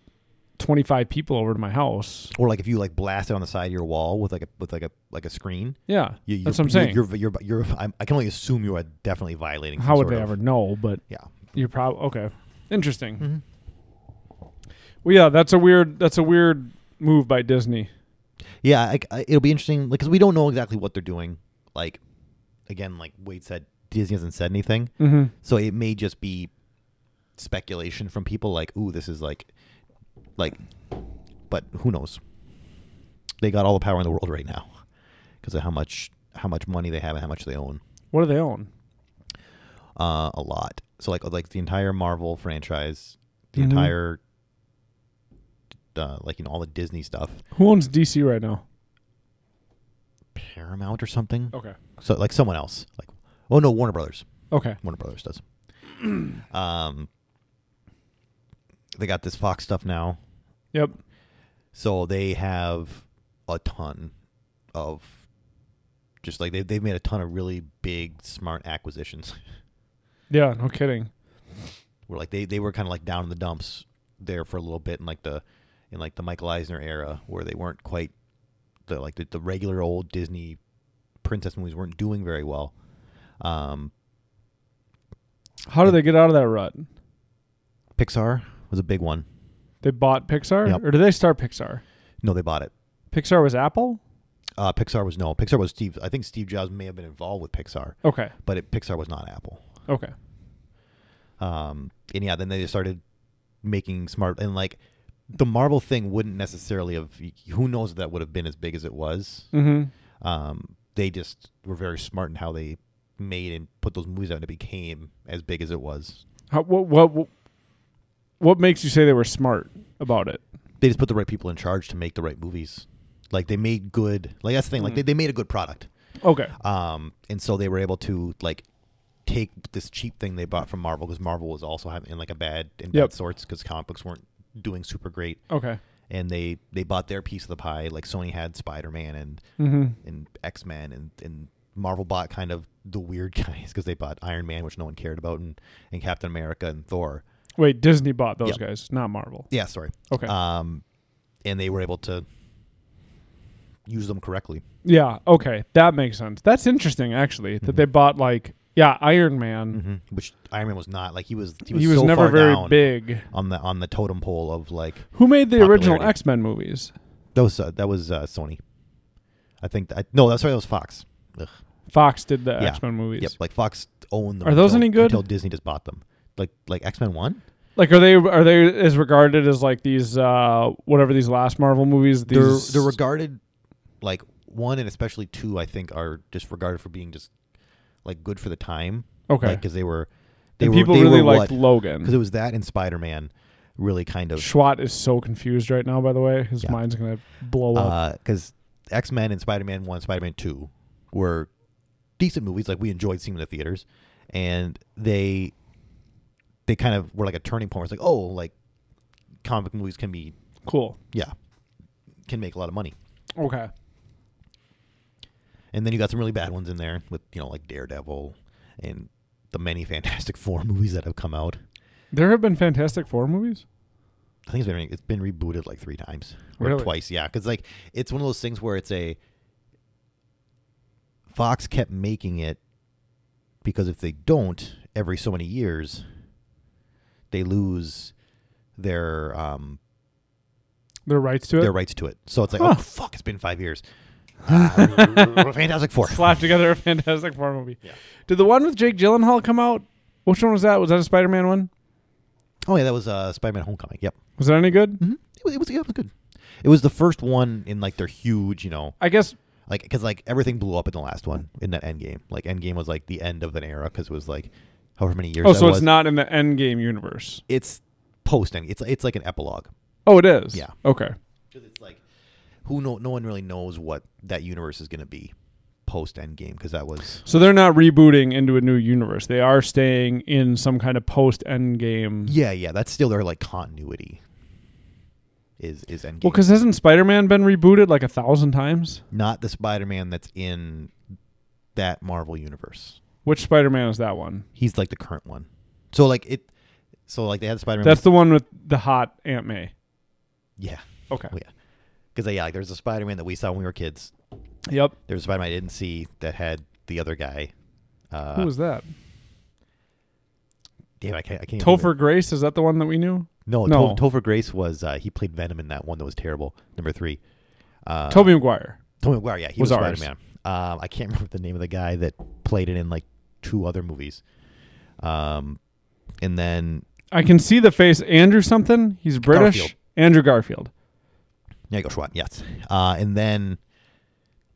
25 people over to my house. Or like if you like blast it on the side of your wall with like a with like a like a screen. Yeah. You, you're, That's what I'm you're- saying. You're, you're, you're, I'm, I can only assume you are definitely violating. some How would sort they of- ever know? But Yeah. you're probably okay. Interesting. Mhm. Well, yeah, that's a weird. That's a weird move by Disney. Yeah, I, I- it'll be interesting because we don't know exactly what they're doing. Like, again, like Wade said, Disney hasn't said anything, Mm-hmm. so it may just be speculation from people. Like, ooh, this is like, like, but who knows? They got all the power in the world right now because of how much how much money they have and how much they own. What do they own? Uh, a lot. So like like the entire Marvel franchise, the Mhm. entire uh, like you know all the Disney stuff, Who owns DC right now? Paramount or something. Okay. So like someone else, like oh no, Warner Brothers. Okay. Warner Brothers does. um, they got this Fox stuff now, Yep. so they have a ton of just like they they've made a ton of really big smart acquisitions. Yeah. No kidding. Where like they they were kind of like down in the dumps there for a little bit in like the in like the Michael Eisner era where they weren't quite the like the, the regular old Disney princess movies weren't doing very well. Um, How do they get out of that rut? Pixar was a big one. They bought Pixar, Yep. or did they start Pixar? No, they bought it. Pixar was Apple. Uh, Pixar was no. Pixar was Steve. I think Steve Jobs may have been involved with Pixar, Okay. but it, Pixar was not Apple. Okay. Um, and yeah, then they just started making smart and like the Marvel thing wouldn't necessarily have. Who knows if that would have been as big as it was. Mm-hmm. Um, they just were very smart in how they made and put those movies out, and it became as big as it was. How, what, what what makes you say they were smart about it? They just put the right people in charge to make the right movies. Like they made good. Like that's the thing. Like Hmm. they, they made a good product. Okay. um, and so they were able to like take this cheap thing they bought from Marvel because Marvel was also having in like a bad in Yep. bad sorts because comic books weren't doing super great, Okay. and they they bought their piece of the pie. Like Sony had Spider Man and Mm-hmm. and X Men and and Marvel bought kind of the weird guys because they bought Iron Man, which no one cared about, and and Captain America and Thor. Wait, Disney bought those Yep. guys, not Marvel. Yeah, sorry. Okay. Um, and they were able to use them correctly. yeah. Okay. That makes sense. That's interesting, actually, that Mhm. they bought like yeah Iron Mm-hmm. Man. Which Iron Man was not like he was. He Mm-hmm. He was, was, so never far very down. big. on the on the totem pole of like Who made the original Popularity. X Men movies? that was uh, that was uh, Sony. I think that, no, that's right. That was Fox. Ugh. Fox did the Yeah. X Men movies. Yep, like Fox owned them. Are those until- any good? Until Disney just bought them. Like like X Men One. Like, are they are they as regarded as like these uh whatever these last Marvel movies? They're These they're regarded like one and especially two. I think are just regarded for being just like good for the time. okay. because they were they And were people they really were liked because Logan. it was that and Spider Man really kind of Schwat is so confused right now. By the way, his Yeah. Uh, mind's gonna blow up. because X Men and Spider Man One, Spider Man Two were decent movies. Like we enjoyed seeing them in the theaters, and they they kind of were like a turning point. It's like oh, like comic movies can be Cool. yeah can make a lot of money. Okay. And then you got some really bad ones in there with you know like Daredevil and the many Fantastic Four movies that have come out. There have been Fantastic Four movies. I think it's been it's been rebooted like three times or Really? twice. Yeah, because like it's one of those things where it's a Fox kept making it because if they don't every so many years, they lose their um Their rights to it. their rights to it. So it's like Huh. oh fuck, it's been five years. Ah, Fantastic Four. Slap together a Fantastic Four movie. Yeah. Did the one with Jake Gyllenhaal come out? Which one was that? Was that a Spider-Man one? Oh yeah, that was uh, Spider-Man: Homecoming. Yep, Was that any good? mm-hmm. it, was, it was yeah, it was good. It was the first one in like their huge, you know, I guess. like because like everything blew up in the last one in that end game like end game was like the end of an era because it was like however many years Oh, that so was. it's not in the Endgame universe. it's post end it's it's like an epilogue Oh, it is. Yeah. Okay. because it's like who no no one really knows what that universe is going to be post end game because that was So they're not rebooting into a new universe. They are staying in some kind of post Endgame. yeah yeah that's still their like continuity is is end Well, game because hasn't Spider-Man been rebooted like a thousand times? not the spider-man that's in that marvel universe Which Spider-Man is that one? he's like the current one so like it so like they had spider-man That's the one with the hot Aunt May. Yeah. Okay. Oh, yeah. Because yeah, like, there's a Spider-Man that we saw when we were kids. Yep. There's a Spider-Man I didn't see that had the other guy. Uh, Who was that? Damn, I can't. I can't even remember. Topher Grace is that the one that we knew? No, No. no. Topher Grace was uh, he played Venom in that one that was terrible. Number three. Uh, Toby McGuire. Tobey Maguire, yeah, he was was, ours. Spider-Man. Um, I can't remember the name of the guy that played it in like two other movies. Um, and then I can see the face. Andrew something. He's British. Garfield. Andrew Garfield. yeah, Josh Schwab, yes. Uh, and then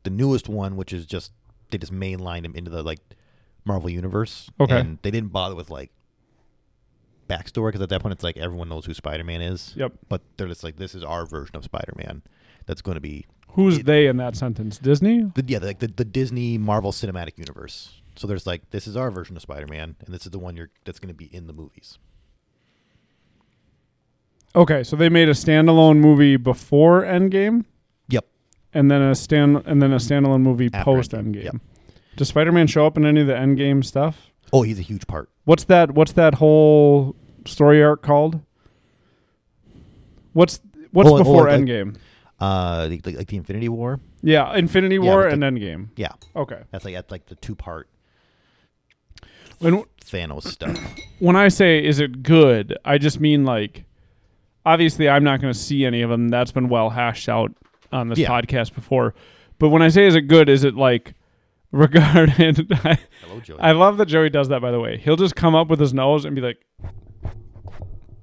the newest one, which is just they just mainlined him into the like Marvel universe. Okay. and they didn't bother with like backstory because at that point it's like everyone knows who Spider-Man is. Yep. But they're just like this is our version of Spider-Man that's going to be Who's It- they in that sentence? Disney. the, yeah, like the, the Disney Marvel Cinematic Universe. So there's like this is our version of Spider-Man, and this is the one you're that's going to be in the movies. Okay, so they made a standalone movie before Endgame. Yep. And then a stand and then a standalone movie After post Endgame, Endgame. yep. Does Spider-Man show up in any of the Endgame stuff? Oh, he's a huge part. What's that? What's that whole story arc called? What's What's Oh, oh, before like- Endgame? Uh, like, like, like the Infinity War. yeah, Infinity Yeah, War but and Endgame. Yeah, Okay. that's like that's like the two part When Thanos stuff. when I say is it good, I just mean like obviously I'm not going to see any of them. That's been well hashed out on this Yeah. podcast before. But when I say is it good, is it like regarded I, Hello, Joey. I love that Joey does that by the way. He'll just come up with his nose and be like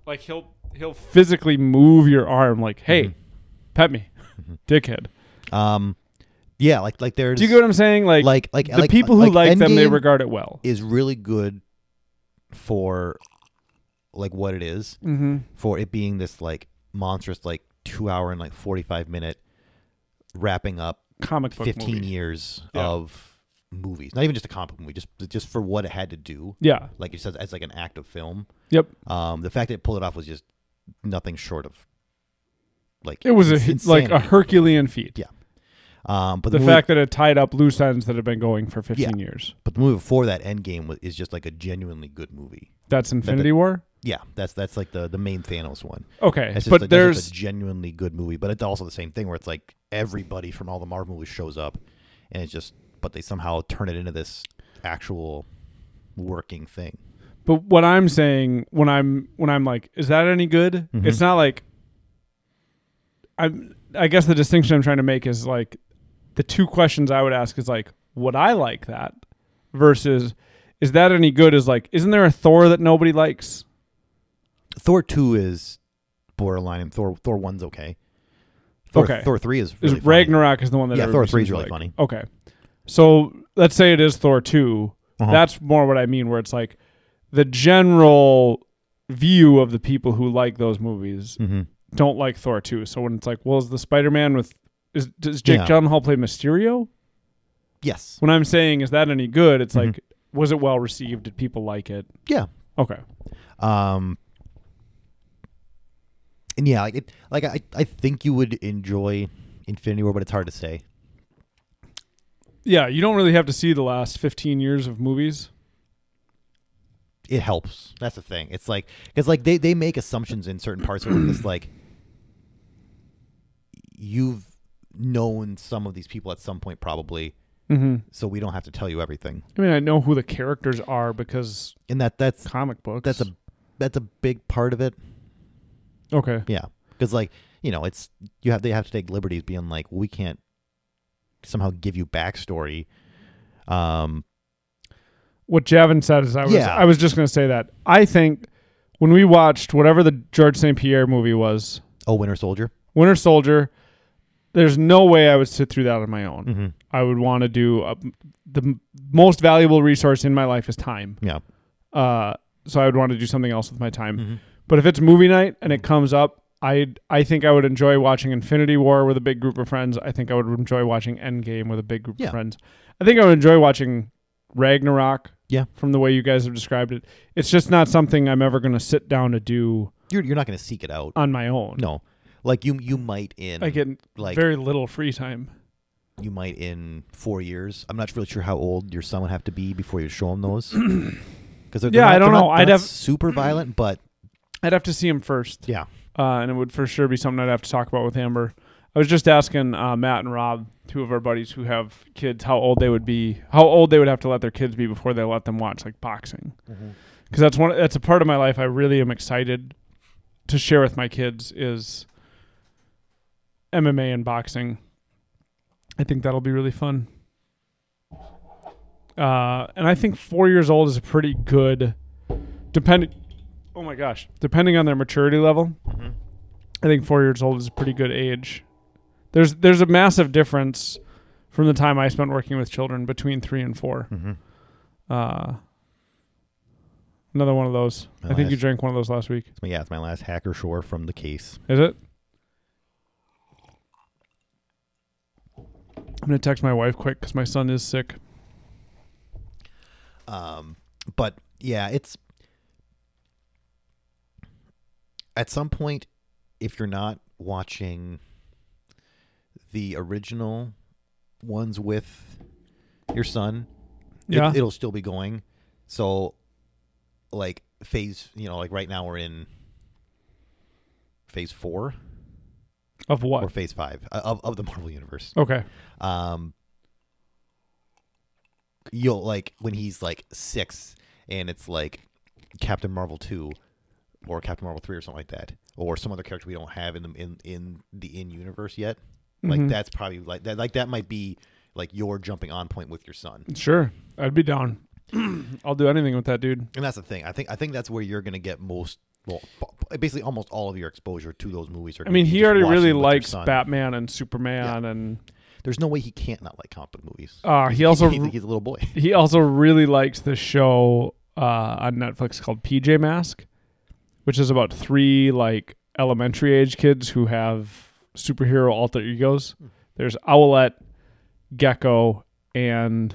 like he'll he'll physically move your arm like, "Hey, Mm-hmm. pet me." Dickhead. um, yeah, like like Mm-hmm. there's Do you get what I'm saying? Like, like like the people who like, them, they Endgame regard it well. is really good for like what it is. Mm-hmm. for it being this like monstrous like two hour and like 45 minute wrapping up Comic book 15 movie. years Yeah. of movies not even just a comic book movie just just for what it had to do Yeah. like it says as like an act of film Yep. um the fact that it pulled it off was just nothing short of like It was a ins- hit, like a insanity. Herculean feat. Yeah. um but The the, movie, fact that it tied up loose ends that have been going for 15 years. but the movie before that endgame was, is just like a genuinely good movie That's Infinity War. yeah that's that's like the the main thanos one Okay, It's just but a, that's just there's a genuinely good movie, but it's also the same thing where it's like everybody from all the Marvel movies shows up, and it's just but they somehow turn it into this actual working thing. but what I'm saying when I'm when I'm like, is that any good? Mhm. It's not like I'm. I guess the distinction I'm trying to make is like the two questions I would ask is like, would I like that? Versus, is that any good? Is like, isn't there a Thor that nobody likes? Thor two is borderline, and Thor Thor one's okay. Thor, Okay. Thor three is Is really funny. Ragnarok is the one that Yeah, everybody Thor three seems is to really like. funny. Okay, so let's say it is Thor two. Uh-huh. That's more what I mean, where it's like the general view of the people who like those movies Mhm. don't like Thor two. So when it's like, well, is the Spider Man with is does Jake Yeah. Gyllenhaal play Mysterio? Yes, When I'm saying is that any good, it's Mhm. like was it well received? Did people like it? yeah, Okay, um, and yeah, like it, like I I think you would enjoy Infinity War, but it's hard to say. yeah, you don't really have to see the last 15 years of movies. it helps. That's the thing. It's like because like they they make assumptions in certain parts of it. It's like you've known some of these people at some point probably, Mm-hmm. so we don't have to tell you everything. I mean, I know who the characters are because And that that's comic books. that's a that's a big part of it. okay. Yeah, because like you know it's you have they have to take liberties being like we can't somehow give you backstory. Um. what Javin said is I was Yeah. I was just gonna say that. I think when we watched whatever the George St. Pierre movie was, Oh, Winter Soldier. Winter Soldier, there's no way I would sit through that on my own. Mm-hmm. I would want to do a, the m- most valuable resource in my life is time. Yeah. Uh, so I would want to do something else with my time. But if it's movie night and it comes up, I I think I would enjoy watching Infinity War with a big group of friends. I think I would enjoy watching Endgame with a big group Yeah. of friends. I think I would enjoy watching Ragnarok. Yeah. From the way you guys have described it, it's just not something I'm ever going to sit down to do You're you're not going to seek it out. on my own. No. Like you you might in I get like very little free time. you might in four years. I'm not really sure how old your son would have to be before you show him those. Because Yeah, I don't know. I'd have- super violent, but I'd have to see him first. yeah, uh, and it would for sure be something I'd have to talk about with Amber. I was just asking uh, Matt and Rob, two of our buddies who have kids, how old they would be, how old they would have to let their kids be before they let them watch like boxing, because that's one that's a part of my life I really am excited to share with my kids is MMA and boxing. I think that'll be really fun. Uh, and I think four years old is a pretty good, depending. Oh my gosh, depending on their maturity level, Mm-hmm. I think four years old is a pretty good age. There's there's a massive difference from the time I spent working with children between three and 4 Mhm. Uh, another one of those. My I think you last- drank one of those last week. It's my- yeah, it's my last hacker shore from the case. Is it? I'm gonna text my wife quick because my son is sick. Um, but yeah, it's at some point if you're not watching the original ones with your son, it- Yeah. it'll still be going. So, like phase, you know, like right now we're in phase four Of or what? phase five uh, of of the Marvel universe. Okay. um you'll like when he's like six and it's like captain marvel 2 or captain marvel 3 or something like that or some other character we don't have in the in, in the in universe yet like Mhm. that's probably like that like that might be like your jumping on point with your son Sure. I'd be down. I'll do anything with that dude. and that's the thing i think i think that's where you're gonna get most well b- basically almost all of your exposure to those movies I are gonna mean, be he just already watching really with your likes son. Batman and Superman, and there's no way he can't not like comic book movies uh, he also he's, he's a little boy he also really likes the show uh, on Netflix called PJ Mask, which is about three like elementary age kids who have superhero alter egos. There's Owlette, Gecko, and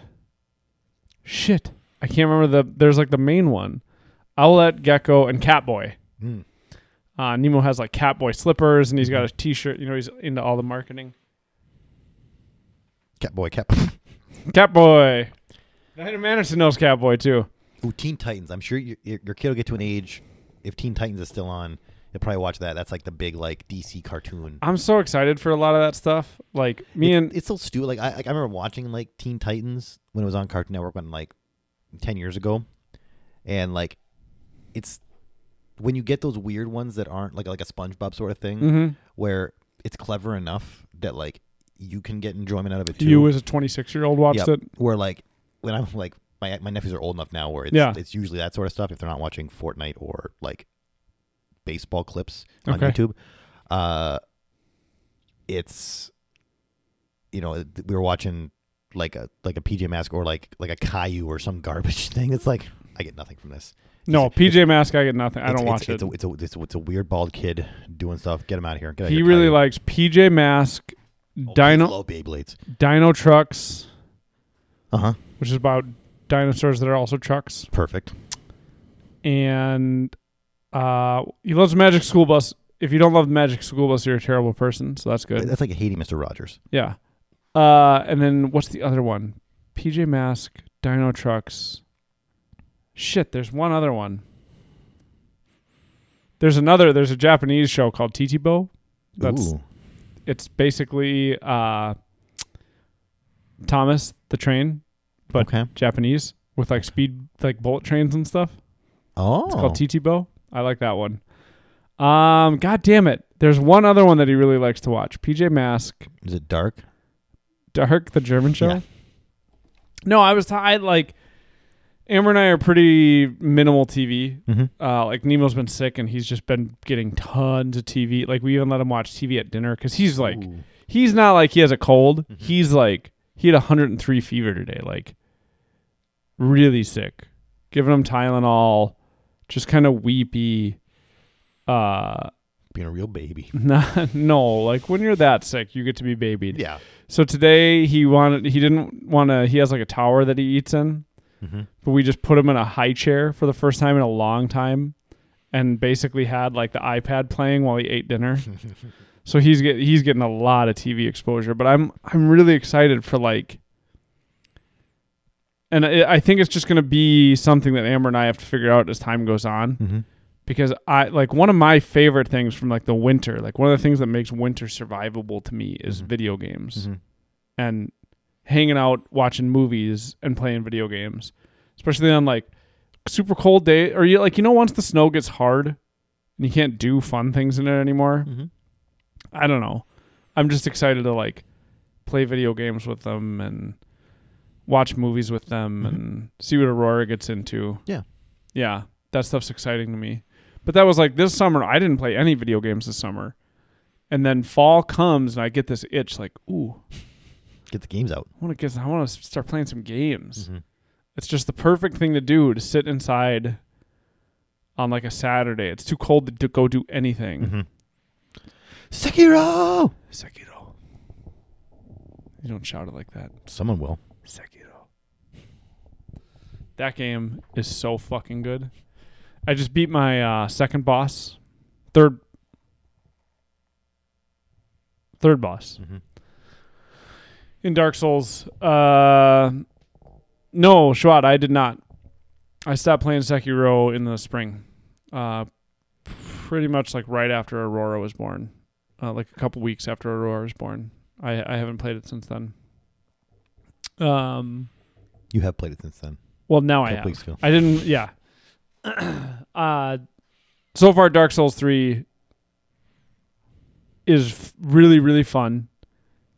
shit. I can't remember the. There's like the main one, Owlette, Gecko, and Catboy. Mm. Uh, Nemo has like Catboy slippers, and he's got a T-shirt. You know, he's into all the marketing. cat boy cat Catboy. Diana Anderson knows Catboy too. Ooh, Teen Titans. I'm sure your, your your kid will get to an age if Teen Titans is still on. He'll probably watch that. That's like the big like DC cartoon. I'm so excited for a lot of that stuff. Like me It's- and it's so stupid. Like I like, I remember watching like Teen Titans when it was on Cartoon Network when like ten years ago, and like it's when you get those weird ones that aren't like like a SpongeBob sort of thing Mhm. where it's clever enough that like you can get enjoyment out of it too. you as a 26 year old watched Yep. it. Where like when I'm like my my nephews are old enough now where it's Yeah. it's usually that sort of stuff if they're not watching Fortnite or like baseball clips on Okay. YouTube. Uh it's you know, it- we were watching like a like a PJ Mask or like like a Caillou or some garbage thing. It's like I get nothing from this. No, It's- PJ Mask, I get nothing. I it's- don't it's- watch it's it. A, it's, a, it's, a, it's a weird bald kid doing stuff. Get him out of here. Get out of he here, really Caillou. likes PJ Mask, Oh, kids Dino love Beyblades. Dino Trucks, Uh huh. which is about dinosaurs that are also trucks, Perfect. and uh, he loves Magic School Bus. If you don't love Magic School Bus, you're a terrible person. So that's good. That's like hating Mister Rogers. Yeah. Uh, and then what's the other one? PJ Mask, Dino Trucks. Shit, there's one other one. There's another. There's a Japanese show called Titibo. That's Ooh. it's basically uh, Thomas the Train, but okay. Japanese with like speed like bullet trains and stuff. Oh, It's called TT Bow. I like that one. Um, god damn it. There's one other one that he really likes to watch. PJ Mask, Is it dark? Dark, the German show. Yeah. No, I was t- I like Amber and I are pretty minimal TV. Mhm. Uh, like Nemo's been sick and he's just been getting tons of TV. Like we even let him watch TV at dinner because he's like Ooh. Mm-hmm. he's not like he has a cold. He's like he had 103 fever today. Like really sick. Giving him Tylenol, just kind of weepy. Uh, being a real baby. not, no, like when you're that sick, you get to be babied. Yeah. So today he wanted he didn't want to he has like a tower that he eats in, Mm-hmm. but we just put him in a high chair for the first time in a long time and basically had like the iPad playing while he ate dinner. Mm-hmm. so he's get he's getting a lot of TV exposure, but I'm I'm really excited for like Mm-hmm. and I I think it's just going to be something that Amber and I have to figure out as time goes on because I like one of my favorite things from like the winter, like one of the things that makes winter survivable to me is Mhm. video games Mhm. and hanging out, watching movies and playing video games, especially on like super cold day or you like you know once the snow gets hard and you can't do fun things in it anymore. Mhm. I don't know. I'm just excited to like play video games with them and watch movies with them Mhm. and see what Aurora gets into. Yeah. Yeah. That stuff's exciting to me. But that was like this summer I didn't play any video games this summer. And then fall comes and I get this itch like, ooh, Get the games out. I want to get I want to start playing some games. Mhm. It's just the perfect thing to do to sit inside on like a Saturday. It's too cold to d- go do anything. Mhm. Sekiro. Sekiro. You don't shout it like that. Someone will. Sekiro. That game is so fucking good. I just beat my uh, second boss, third, third boss Mhm. in Dark Souls. Uh, no, Shwat, I did not. I stopped playing Sekiro in the spring, uh, pretty much like right after Aurora was born, uh, like a couple weeks after Aurora was born. I, I haven't played it since then. Um, You have played it since then. well, now A I couple have. weeks ago. I didn't. Yeah. uh, so far, Dark Souls three is f- really really fun.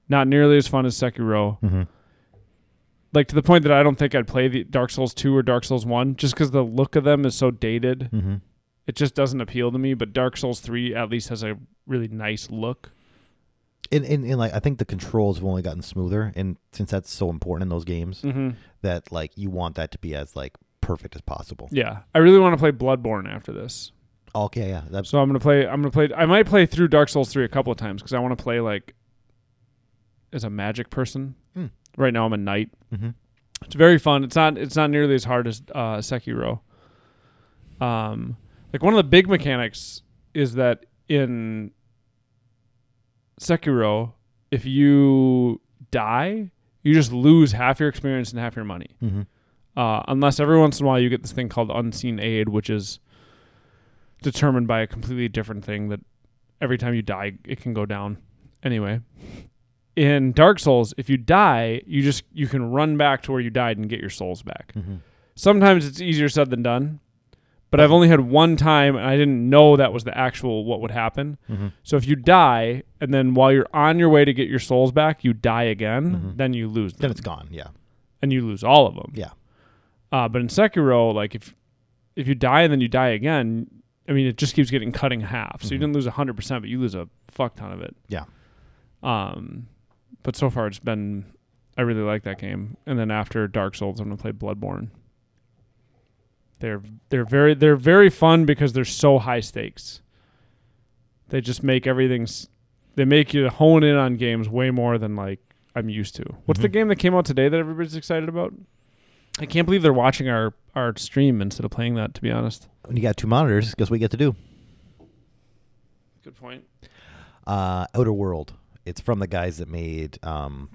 Not nearly as fun as Sekiro. Mhm. Like to the point that I don't think I'd play the Dark Souls two or Dark Souls one just because the look of them is so dated. Mhm. It just doesn't appeal to me. But Dark Souls three at least has a really nice look. And, and, and like I think the controls have only gotten smoother, and since that's so important in those games, Mm-hmm. that like you want that to be as like perfect as possible. Yeah, I really want to play Bloodborne after this. Okay, yeah, that's So I'm gonna play. I'm gonna play. I might play through Dark Souls three a couple of times because I want to play like as a magic person. Hmm. Right now I'm a knight. Mhm. It's very fun. It's not. It's not nearly as hard as uh, Sekiro. Um, like one of the big mechanics is that in Sekiro, if you die, you just lose half your experience and half your money Mhm. uh, unless every once in a while you get this thing called unseen aid, which is determined by a completely different thing that every time you die it can go down. Anyway, in Dark Souls, if you die, you just you can run back to where you died and get your souls back. Mhm. Sometimes it's easier said than done, but I've only had one time and I didn't know that was the actual what would happen. Mhm. So if you die and then while you're on your way to get your souls back, you die again, then you lose them then it's gone. Yeah, and you lose all of them. Yeah. Uh, but in Sekiro, like if if you die and then you die again, I mean it just keeps getting cut in half. So you Mhm. didn't lose hundred percent, but you lose a fuck ton of it. Yeah. Um, but so far it's been I really like that game. And then after Dark Souls, I'm gonna play Bloodborne. They're they're very they're very fun because they're so high stakes. They just make everything. s- They make you hone in on games way more than like I'm used to. What's the Mhm. game that came out today that everybody's excited about? Mm-hmm. I can't believe they're watching our our stream instead of playing that. To be honest. when you got two monitors, guess what you get to do? Good point. Uh, Outer World. It's from the guys that made um,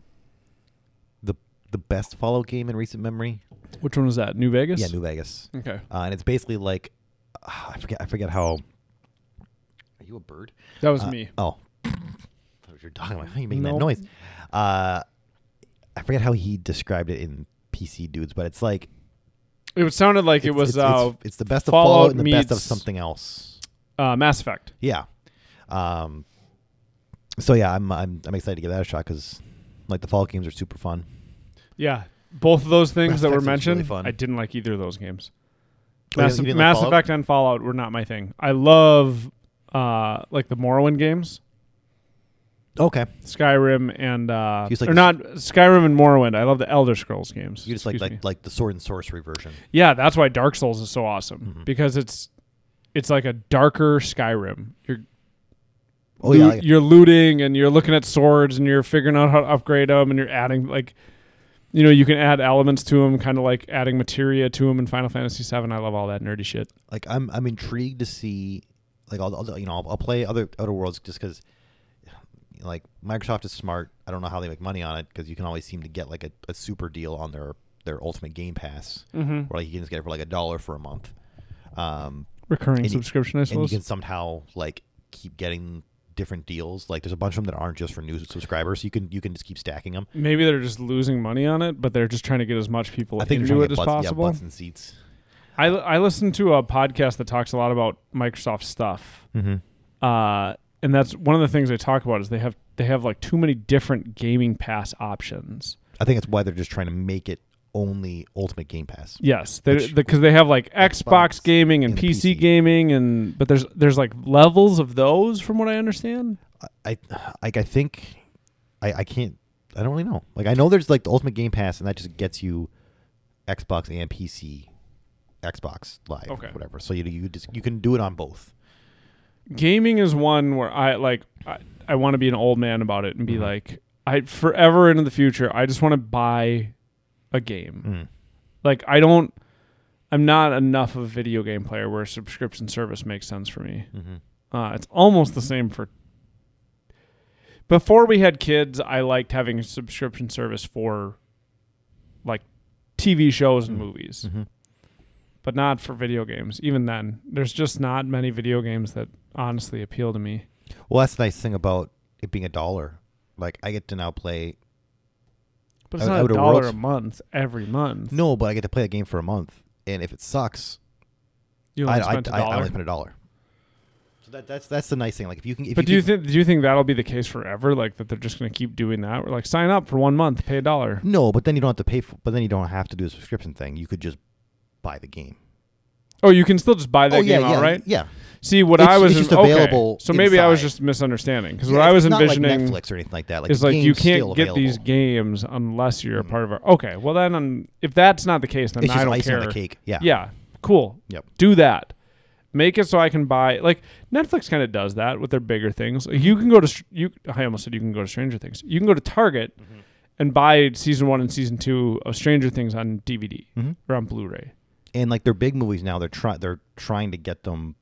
the the best Fallout game in recent memory. Which one was that? New Vegas. Yeah, New Vegas, okay. uh, and it's basically like ah, I forget I forget how. Are you a bird? That was Uh, me. Oh, that was your dog. I'm like, how are you making Nope. that noise? Uh, I forget how he described it in PC dudes, but it's like It was- sounded like it it's- was it's, uh, it's, it's the best of Fallout Fallout and the best of meets- something else. uh, Mass Effect. Yeah. Um. So yeah, I'm I'm I'm excited to give that a shot because like the Fallout games are super fun. Yeah, both of those things Mass that were Effect was really mentioned, fun. I didn't like either of those games. Oh, you Mass, didn't like Mass Fallout? Effect and Fallout were not my thing. I love uh, like the Morrowind games, Okay. Skyrim and uh, You just like or the- not Skyrim and Morrowind. I love the Elder Scrolls games. You just like Excuse like me. like the sword and sorcery version. yeah, that's why Dark Souls is so awesome Mhm. because it's it's like a darker Skyrim. You're Oh yeah. loot- like- you're looting and you're looking at swords and you're figuring out how to upgrade them and you're adding like you know you can add elements to them kind of like adding materia to them in final fantasy 7 i love all that nerdy shit like I'm I'm intrigued to see like I'll, I'll you know I'll, I'll play other Outer Worlds just because like Microsoft is smart. I don't know how they make money on it because you can always seem to get like a, a super deal on their their Ultimate Game Pass mm-hmm. where like you can just get it for like a dollar for a month. Um, recurring And you- subscription, I and you suppose. can somehow like keep getting different deals. Like there's a bunch of them that aren't just for news subscribers. you can you can just keep stacking them. Maybe they're just losing money on it, but they're just trying to get as much people I think they're trying into to it get as butts, possible. Yeah, butts and seats. I I listen to a podcast that talks a lot about Microsoft stuff, Mm-hmm. uh, and that's one of the things they talk about is they have they have like too many different gaming pass options. I think that's why they're just trying to make it only Ultimate Game Pass. Yes, because Which- they, 'cause they have like Xbox, Xbox gaming and and PC, PC. gaming, and but there's there's like levels of those from what I understand. I like I think I, I can't I don't really know. Like I know there's like the Ultimate Game Pass and that just gets you Xbox and PC Xbox Live Okay. whatever. So you you just you can do it on both. Gaming is one where I like I, I want to be an old man about it and be Mhm. like I forever into the future. I just want to buy a game. Mm. Like I don't I'm not enough of a video game player where a subscription service makes sense for me. Mhm. Uh, it's almost the same for Before we had kids, I liked having a subscription service for like TV shows and Mm. movies, Mhm. but not for video games. Even then, there's just not many video games that honestly appeal to me. Well, that's the nice thing about it being a dollar. Like I get to now play But it's I- I not a would have dollar worlds- a month every month. no, but I get to play that game for a month, and if it sucks, You I, only I, spent a I, I dollar. only spend a dollar. So that, that's that's the nice thing. Like if you can, if but do you you can- think do you think that'll be the case forever? Like that they're just going to keep doing that? We're like sign up for one month, pay a dollar. no, but then you don't have to pay for. But then you don't have to do the subscription thing. You could just buy the game. Oh, you can still just buy that oh game yeah, out, yeah, right? yeah. See, what It's- I was it's just okay, available So maybe I was inside. just misunderstanding because Yeah, what I it's- was it's not envisioning like Netflix or anything like that. Like is the like you game's can't still get these available. games unless you're a Mm. part of our. Okay, well then, um, if that's not the case, then It's I just don't icing care. on the cake. Yeah. Yeah, cool. Yep. Do that. Make it so I can buy. Like Netflix kind of does that with their bigger things. Mm-hmm. Like, you can go to str- you. I almost said you can go to Stranger Things. You can go to Target Mm-hmm. and buy season one and season two of Stranger Things on DVD Mhm. or on Blu-ray And like their big movies now, they're try they're trying to get them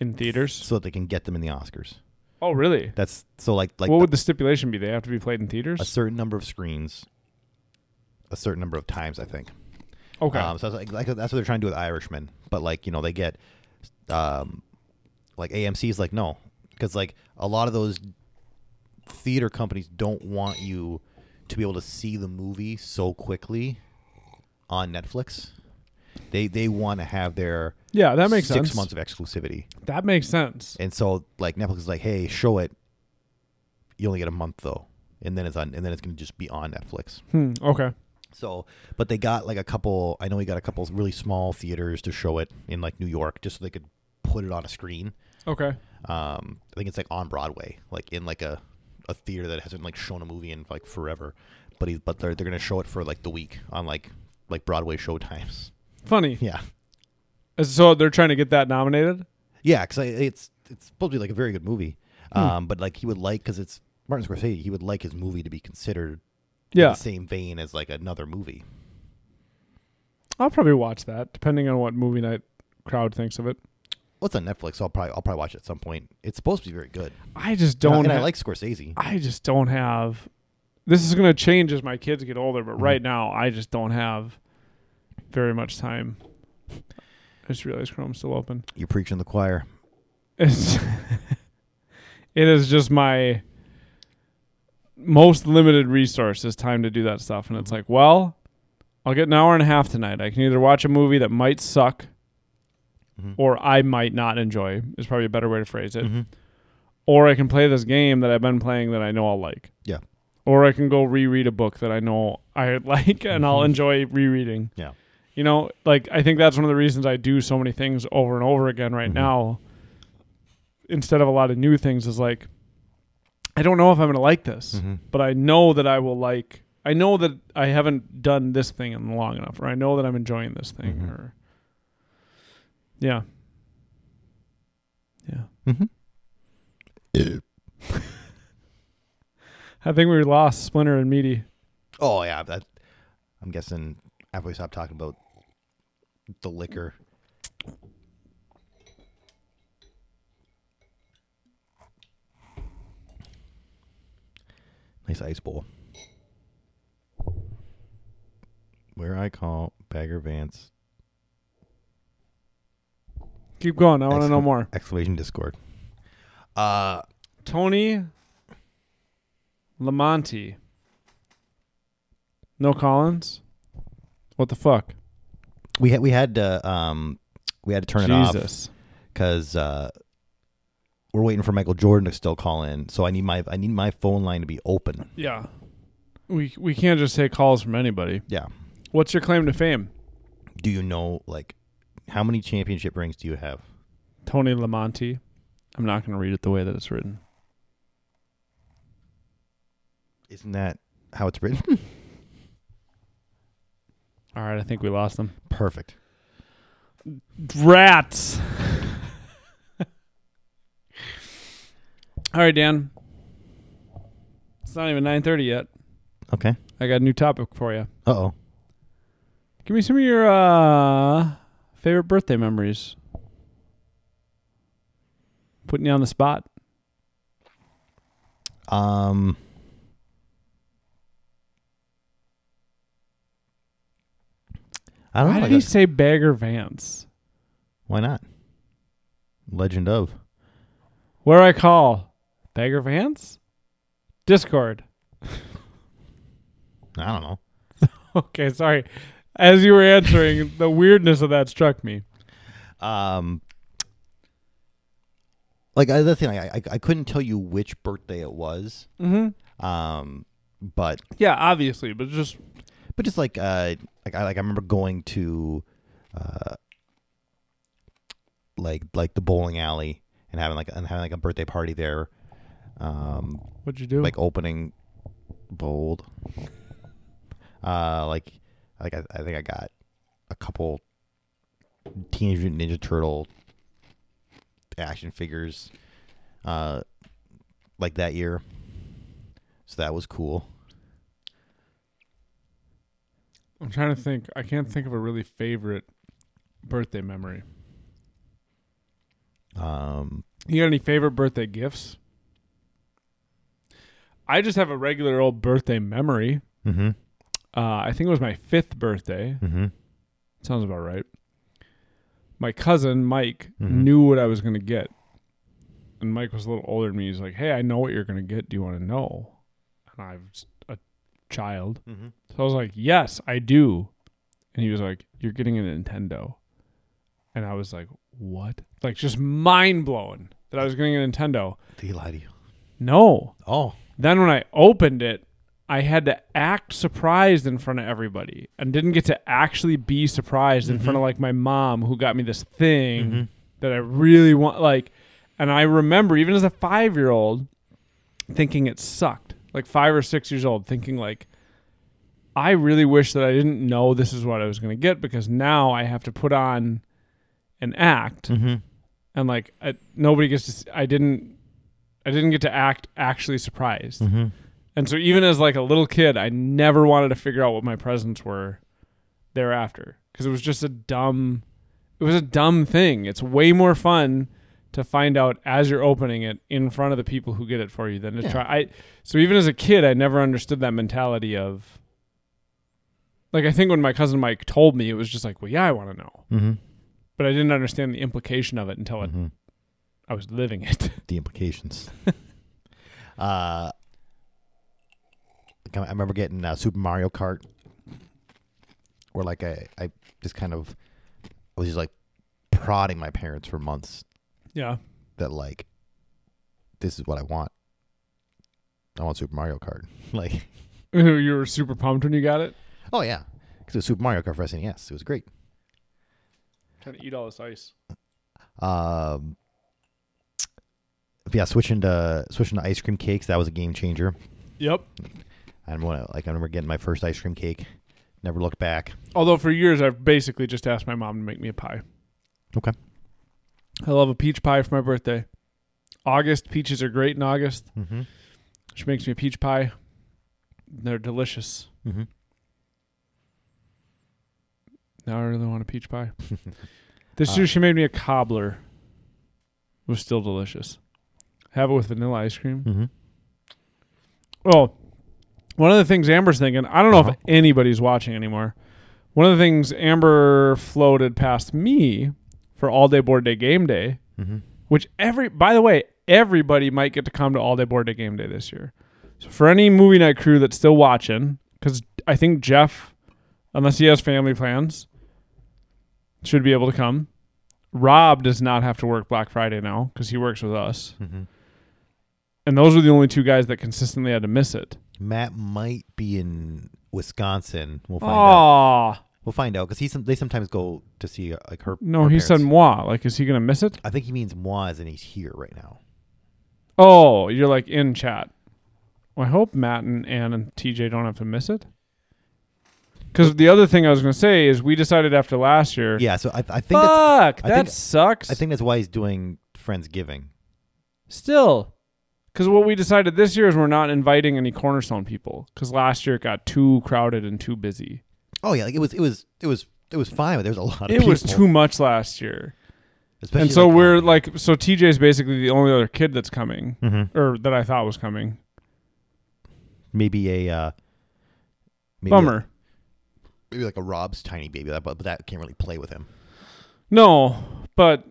in theaters. so that they can get them in the Oscars. Oh, really? That's so like like what the- would the stipulation be? They have to be played in theaters. a certain number of screens, a certain number of times. I think. okay. Um, so that's, like, like, that's what they're trying to do with Irishman. But like you know they get, um, like AMC's like no because like a lot of those theater companies don't want you to be able to see the movie so quickly on Netflix. They they want to have their yeah, that makes six sense. months of exclusivity, That makes sense. and so like Netflix is like hey show it. You only get a month though, and then it's on and then it's gonna just be on Netflix. Hmm, okay. So, but they got like a couple. I know he got a couple really small theaters to show it in like New York, just so they could put it on a screen. Okay. Um, I think it's like on Broadway, like in like a, a theater that hasn't like shown a movie in like forever. But he's but they're they're gonna show it for like the week on like like Broadway show times. Funny. Yeah, So they're trying to get that nominated. yeah, because it's it's supposed to be like a very good movie. Um, but like he would like because it's Martin Scorsese, he would like his movie to be considered in Yeah, the same vein as like another movie. I'll probably watch that depending on what movie night crowd thinks of it. Well, it's on Netflix, so I'll probably I'll probably watch it at some point. It's supposed to be very good. I just And I- don't. And I ha- like Scorsese. I just don't have. This is going to change as my kids get older, but Mm-hmm. right now I just don't have very much time. I just realized Chrome's still open. You're preaching to the choir. It's. it is just my most limited resource is time to do that stuff, and it's like, well, I'll get an hour and a half tonight. I can either watch a movie that might suck, Mhm. or I might not enjoy. Is probably a better way to phrase it. or I can play this game that I've been playing that I know I'll like. Yeah. Or I can go reread a book that I know I like and I'll Mhm. enjoy rereading. Yeah. You know, like I think that's one of the reasons I do so many things over and over again right Mhm. now instead of a lot of new things is like I don't know if I'm going to like this, Mm-hmm. Mm-hmm. but I know that I will like I know that I haven't done this thing in long enough or I know that I'm enjoying this thing Mhm. or Yeah. Yeah. I think we lost Splinter and Meaty. Oh yeah, that, I'm guessing after we stop talking about the liquor. Nice ice bowl. Where I call Bagger Vance Keep going. I want to know Excellent. more. Exclamation Discord. Uh, Tony Lamonti. No Collins. What the fuck? we had we had to um we had to turn it off Jesus. because uh we're waiting for Michael Jordan to still call in. So I need my I need my phone line to be open. Yeah. We we can't just take calls from anybody. Yeah. What's your claim to fame? Do you know like how many championship rings do you have? Tony Lamonti. I'm not going to read it the way that it's written. Isn't that how it's written? All right, I think we lost them. Perfect. Rats. All right, Dan. It's not even 9:30 yet. Okay. I got a new topic for you. Uh oh. Give me some of your uh, favorite birthday memories. Putting you on the spot. Um, I don't Why know. did like he a- say Bagger Vance? why not? Legend of. Where I call Bagger Vance? Discord. I don't know. Okay, sorry. As you were answering, the weirdness of that struck me. Um, like I, the thing, I, I I couldn't tell you which birthday it was. Mm-hmm. Um, but Yeah, obviously, but just but just like uh like I like I remember going to uh like like the bowling alley and having like and having like a birthday party there. Um, what'd you do? like opening bold. Uh, like, like I, I think I got a couple Teenage Mutant Ninja Turtle action figures, uh, like that year. So that was cool. I'm trying to think. I can't think of a really favorite birthday memory. Um, You got any favorite birthday gifts? I just have a regular old birthday memory. mm-hmm, Uh, I think it was my fifth birthday. mm-hmm. Sounds about right. My cousin Mike Mhm. knew what I was going to get, and Mike was a little older than me. He's like, "Hey, I know what you're going to get. Do you want to know?" And I was a child, Mm-hmm. so I was like, "Yes, I do." And he was like, "You're getting a Nintendo," and I was like, "What?" Like just mind blowing that I was getting a Nintendo. Did he lie to you? No, Oh, then when I opened it, I had to act surprised in front of everybody and didn't get to actually be surprised in front of like my mom who got me this thing that I really want like and I remember even as a 5-year-old thinking it sucked. Like 5 or 6 years old thinking like I really wish that I didn't know this is what I was going to get because now I have to put on an act mm-hmm. and like I, nobody gets to s I didn't I didn't get to act actually surprised. Mm-hmm. And so even as like a little kid, I never wanted to figure out what my presents were thereafter because it was just a dumb it was a dumb thing. It's way more fun to find out as you're opening it in front of the people who get it for you than to Yeah. try I so even as a kid, I never understood that mentality of like I think when my cousin Mike told me, it was just like, "Well, yeah, I want to know." Mm-hmm. But I didn't understand the implication of it until it, Mm-hmm. I was living it. the implications. uh, I remember getting uh, Super Mario Kart, where like I, I just kind of I was just like prodding my parents for months yeah. that like this is what I want. I want Super Mario Kart. like, you were super pumped when you got it. oh yeah, because it was Super Mario Kart for SNES. It was great. Trying to eat all this ice. Um, but yeah, switching to switching to ice cream cakes that was a game changer. Yep. I remember, like I remember getting my first ice cream cake. Never looked back. Although for years I've basically just asked my mom to make me a pie. Okay. I love a peach pie for my birthday. August peaches are great in August. Mm-hmm. She makes me a peach pie. They're delicious. Mm-hmm. Now I really want a peach pie. this year she made me a cobbler. It was still delicious. Have it with vanilla ice cream. Mm-hmm. Well, one of the things Amber's thinking, I don't know Uh-huh. if anybody's watching anymore. One of the things Amber floated past me for all day board day game day, Mm-hmm. which every by the way, everybody might get to come to all day board day game day this year. So for any movie night crew that's still watching, because I think Jeff, unless he has family plans, should be able to come. Rob does not have to work Black Friday now because he works with us. Mm-hmm. And those are the only two guys that consistently had to miss it. Matt might be in Wisconsin. We'll find out. Aw. We'll find out because he some, they sometimes go to see uh, like her. No, her he said parents. moi. Like, is he going to miss it? I think he means moi, and he's here right now. Oh, you're like in chat. Well, I hope Matt and Ann and TJ don't have to miss it. Because the other thing I was going to say is we decided after last year. Yeah, so I, I think that's, Fuck, I that think- sucks. I think that's why he's doing friendsgiving. still. Because what we decided this year is we're not inviting any Cornerstone people. Because last year it got too crowded and too busy. Oh yeah, like it was it was it was it was fine, but there was a lot of It was people, too much last year. especially, and so like, we're um, like, so TJ's basically the only other kid that's coming, mhm. or that I thought was coming. maybe a uh, maybe Bummer. maybe like a Rob's tiny baby, that- but but that can't really play with him. No, but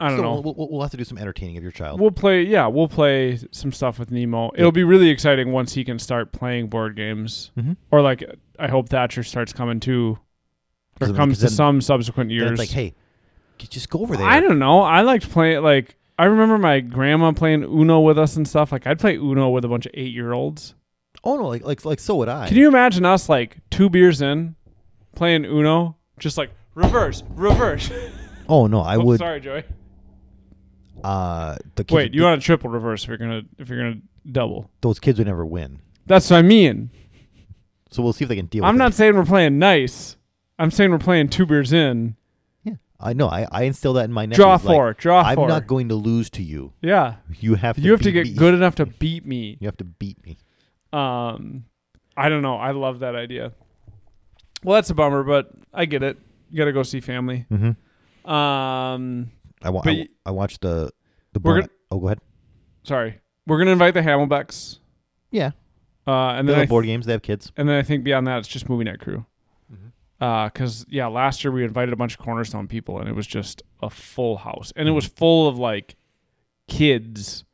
I don't so know. We'll, we'll, we'll have to do some entertaining of your child. We'll play, yeah, we'll play some stuff with Nemo. It'll be really exciting once he can start playing board games, Mhm. or like I hope Thatcher starts coming too, or Because comes to then- some subsequent Then years. it's like, hey, c- just go over there. I don't know. I liked playing like I remember my grandma playing Uno with us and stuff. Like I'd play Uno with a bunch of eight year olds. oh no, like like like so would I. Can you imagine us like two beers in, playing Uno, just like reverse, reverse? oh no, I Oops, would. Sorry, Joey. Uh, the kids, Wait, would you be- want a triple reverse if you're gonna if you're gonna double. those kids would never win. That's what I mean. So we'll see if they can deal. I'm with not It. saying we're playing nice. I'm saying we're playing two beers in. Yeah, I know. I I instill that in my nephews. Draw like, four. Draw I'm four. not going to lose to you. yeah. You have to. You have to beat get me. good enough to beat me. You have to beat me. Um, I don't know. I love that idea. Well, that's a bummer, but I get it. You got to go see family. Mm-hmm. Um, I, wa- But I, y- I watched the the. We're Burn- gonna- oh, go ahead. sorry. We're gonna invite the Hamelbecks. Yeah, Uh, and they then I love board games. They have kids. and then I think beyond that, it's just movie night crew. Mm-hmm. Because yeah, last year we invited a bunch of Cornerstone people, and it was just a full house, Mm-hmm. and it was full of like kids.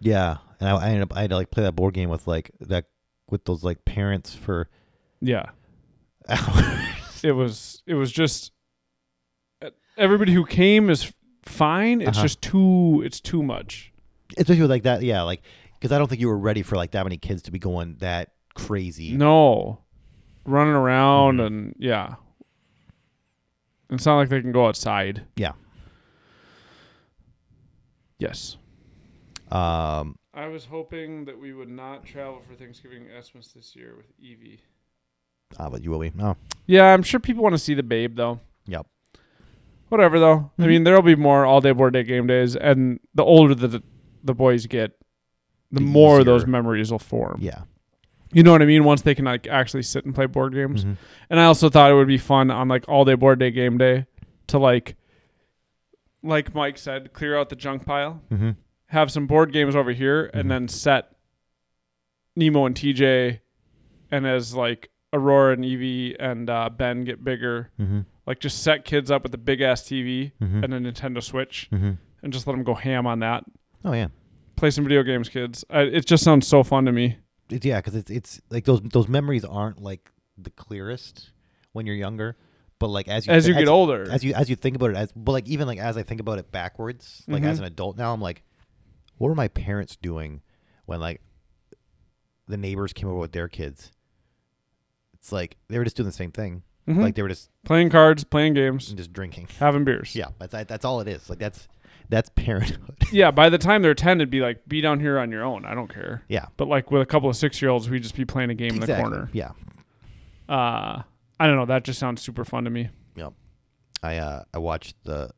Yeah, and I, I ended up I had to like play that board game with like that with those like parents for Yeah, hours. it was it was just e, everybody who came is fine. It's Uh-huh. just too it's too much. especially with like that. Yeah, like because I don't think you were ready for like that many kids to be going that crazy. No, running around Mm-hmm. and yeah, it's not like they can go outside. Yeah. Yes. Um. I was hoping that we would not travel for Thanksgiving Christmas this year with Evie. Ah, but you will be. Oh, Yeah, I'm sure people want to see the babe though. yep. Mm-hmm. Whatever though. I mean, there'll be more all day board day game days, and the older the the boys get, the, The more those easier. memories will form. Yeah. You know what I mean? Once they can like actually sit and play board games. Mhm. And I also thought it would be fun on like all day board day game day to like like Mike said, clear out the junk pile, Mm-hmm. have some board games over here, Mhm. and then set Nemo and TJ and as like Aurora and Evie and uh, Ben get bigger, Mm-hmm. like just set kids up with a big ass TV Mm-hmm. and a Nintendo Switch mm-hmm. and just let them go ham on that. Oh yeah. Play some video games, kids. I, it just sounds so fun to me. It's, yeah, because it's it's like those those memories aren't like the clearest when you're younger, but like as you As you get older, as you as you think about it, as but like even like as I think about it backwards, like as Mhm. an adult now, I'm like, what were my parents doing when like the neighbors came over with their kids? It's like they were just doing the same thing, Mhm. like they were just playing cards, playing games, just drinking. having beers. Yeah, that's that- that's all it is. Like that's that's parenthood. Yeah, by the time they're 10, it'd be like, be down here on your own. I don't care. yeah, But like with a couple of six year olds, we'd just be playing a game exactly. in the corner. Yeah, Uh, I don't know. That just sounds super fun to me. I uh, I watched the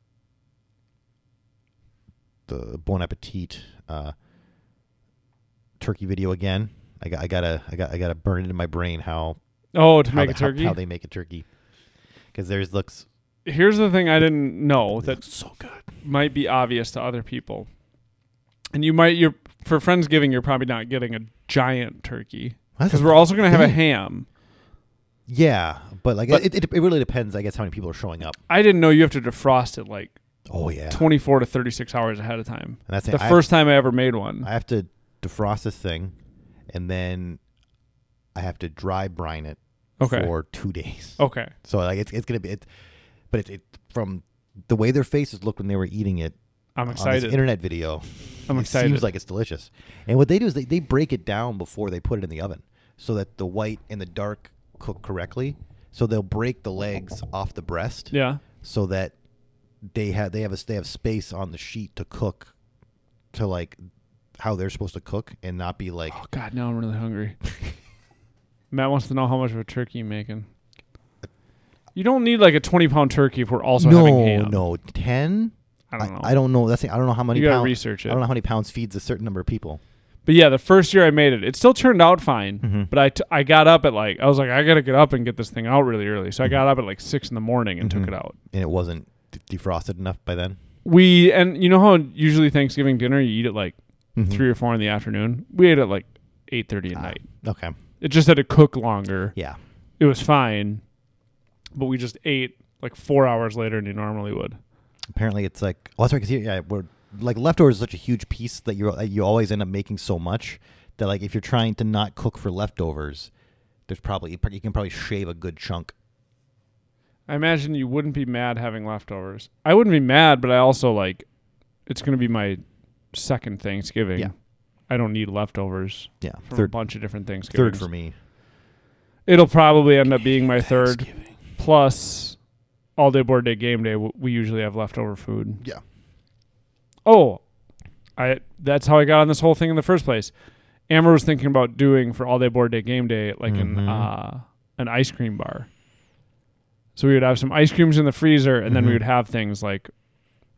the Bon Appetit uh, turkey video again. I got I gotta I got I gotta burn it in my brain how Oh, to how, make a the- how- turkey? how they make a turkey because theirs looks Here's the thing I didn't know that so good. might be obvious to other people. And you might, you're, for Friendsgiving, you're probably not getting a giant turkey because we're also going to have a thing. ham. yeah, but like But- it, it, it really depends. I guess how many people are showing up. I didn't know you have to defrost it like Oh yeah. 24 to 36 hours ahead of time. And that's The first time I ever made one. I have to defrost this thing, and then I have to dry brine it Okay. Oh. for two days. okay. So like it's it's gonna be it's, but it's it, from the way their faces looked when they were eating it I'm on this excited. internet video. I'm it excited. Seems like it's delicious. And what they do is they, they break it down before they put it in the oven so that the white and the dark cook correctly. So they'll break the legs off the breast yeah. so that they have they have a they have space on the sheet to cook to like how they're supposed to cook and not be like Oh God, now I'm really hungry. Matt wants to know how much of a turkey you're making. You don't need like a 20 pound turkey if we're also having no ham. no 10 I don't know. I, don't know that's the- I don't know how many you gotta pounds research I it. don't know how many pounds feeds a certain number of people But yeah, the first year I made it, it still turned out fine. Mhm. But I, t- I got up at like I was like I gotta get up and get this thing out really early. Mm-hmm. So I got up at like six in the morning and Mhm. took it out. and it wasn't d- defrosted enough by then We and you know how usually Thanksgiving dinner you eat at like Mhm. three or four in the afternoon. We ate at like eight thirty at Ah. night. okay It just had to cook longer. yeah It was fine, but we just ate like four hours later than you normally would. apparently it's like well that's right because yeah we're like leftovers is such a huge piece that you you always end up making so much that like if you're trying to not cook for leftovers there's probably you can probably shave a good chunk I imagine you wouldn't be mad having leftovers. I wouldn't be mad, but I also like it's going to be my second Thanksgiving. Yeah. I don't need leftovers yeah from a third bunch of different Thanksgivings. third for me It'll probably end up being my third plus all day board day game day. w- We usually have leftover food. Yeah. Oh, I that's how I got on this whole thing in the first place. Amber was thinking about doing for all day board day game day like an Mhm. uh, an ice cream bar. So we would have some ice creams in the freezer, and then we Mhm. would have things like,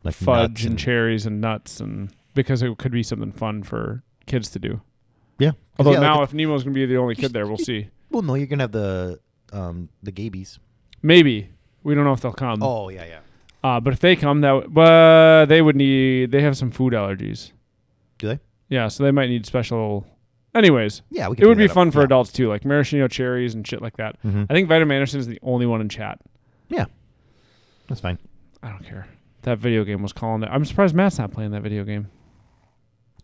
like fudge nuts and, cherries and nuts, and because it could be something fun for kids to do. yeah 'Cause, Although yeah, like, now, it- if Nemo's gonna be the only Just- kid there, we'll see. well no you're gonna have the um the gabies Maybe we don't know if they'll come. oh yeah yeah Uh, but if they come, that w- but they would need they have some food allergies. do they Yeah, so they might need special. Anyways, yeah we can it would figure be that out. fun for yeah. adults too, like maraschino cherries and shit like that. Mhm. I think Vitamin Anderson is the only one in chat. that's fine I don't care. That video game was calling it. I'm surprised Matt's not playing that video game.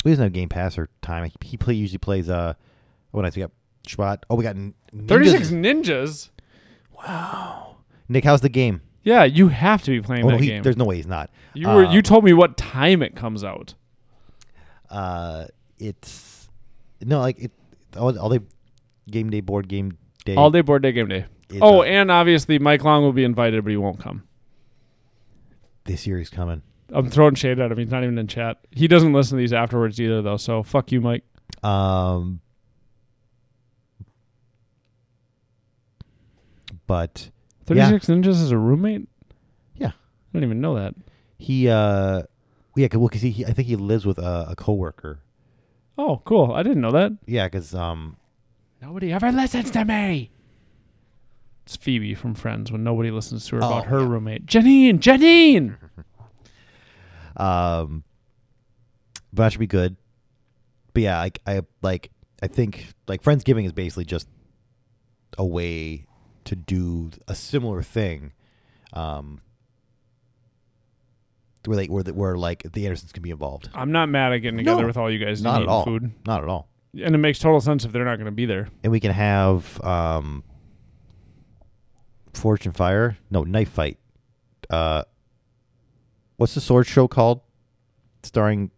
we doesn't have game pass or time he, he play, usually plays uh what else we got Schwat. oh we got N- Ninjas. 36 ninjas. nick how's the game Yeah, you have to be playing oh no that he, game. there's no way he's not You were uh, you told me what time it comes out. uh, it's no like it all, all day game day board game day All day board day game day. is, Oh, uh, and obviously Mike Long will be invited, but he won't come. this year he's coming I'm throwing shade at him. He's not even in chat. He doesn't listen to these afterwards either, though. So fuck you, Mike. um but Thirty Yeah. Six Ninjas is a roommate. Yeah. I didn't even know that. he uh yeah 'cause- well, 'cause he, he- i think he lives with a, a coworker Oh, cool. I didn't know that. yeah because um Nobody ever listens to me. It's Phoebe from Friends when nobody listens to her about Oh, her yeah. roommate Janine. Janine. um but that should be good but yeah like i like i think like friendsgiving is basically just a way to do a similar thing um where they where, the, where like the andersons can be involved I'm not mad at getting together No, with all you guys. and not at eating all Food, not at all and it makes total sense if they're not going to be there. and we can have um fortune fire no knife fight uh what's the sword show called starring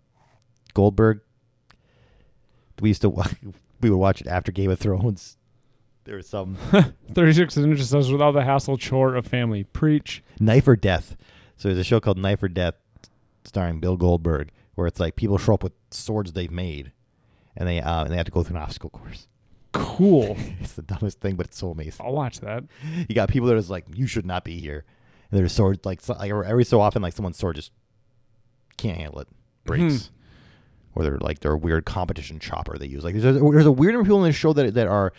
goldberg we used to wa- we would watch it after game of thrones there was some Thirty Six Ninjas says without the hassle, chore of family. Preach. knife or death so there's a show called knife or death starring bill goldberg where it's like people show up with swords they've made and they uh, and they have to go through an obstacle course Cool. it's the dumbest thing but it's so amazing I'll watch that. you got people that is like, you should not be here. And their sword, like, so, like every so often, like someone's sword just can't handle it, Hmm. breaks, or they're like their weird competition chopper they use. Like, there's a, there's a weird number of people in the show that that are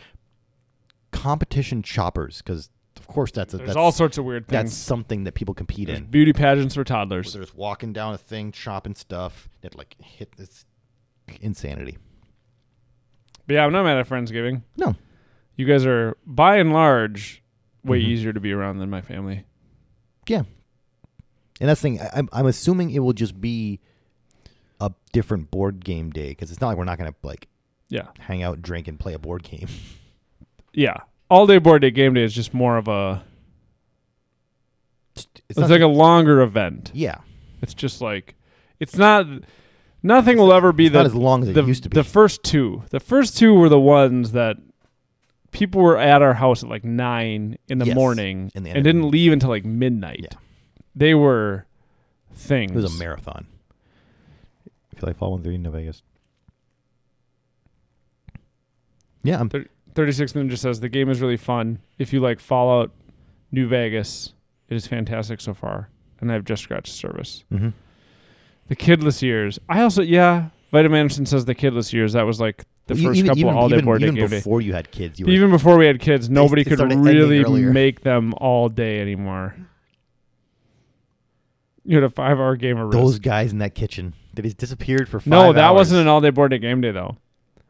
competition choppers because, of course, that's a, There's that's all sorts of weird that's things. something that people compete There's in. beauty pageants for toddlers. They're just walking down a thing, chopping stuff that like hit this insanity. But yeah, I'm not mad at Friendsgiving. No. You guys are, by and large, way Mhm. easier to be around than my family. Yeah. And that's the thing. I, I'm I'm assuming it will just be a different board game day because it's not like we're not gonna like Yeah. hang out, drink, and play a board game. Yeah. All day board day game day is just more of a It's, it's, like a longer event. yeah, It's just like it's not nothing will ever be it's not the as long as the, it used to be. the first two. The first two were the ones that people were at our house at like nine in the Yes, morning in the and didn't leave until like midnight. Yeah. They were things. it was a marathon. I feel like fall one three into Vegas. Yeah, I'm, 36 minute just says the game is really fun. If you like Fallout New Vegas, it is fantastic so far. And I've just scratched service. mhm. The kidless years. I also yeah. Vitamin Anderson says the kidless years. That was like the E- first even, couple even, all day even, board day even game day. before you had kids, you were even before we had kids, nobody they could started ending really earlier. make them all day anymore. You had a five hour game of those risk. guys in that kitchen that has disappeared for five No, that wasn't hours. an all day board day game day though.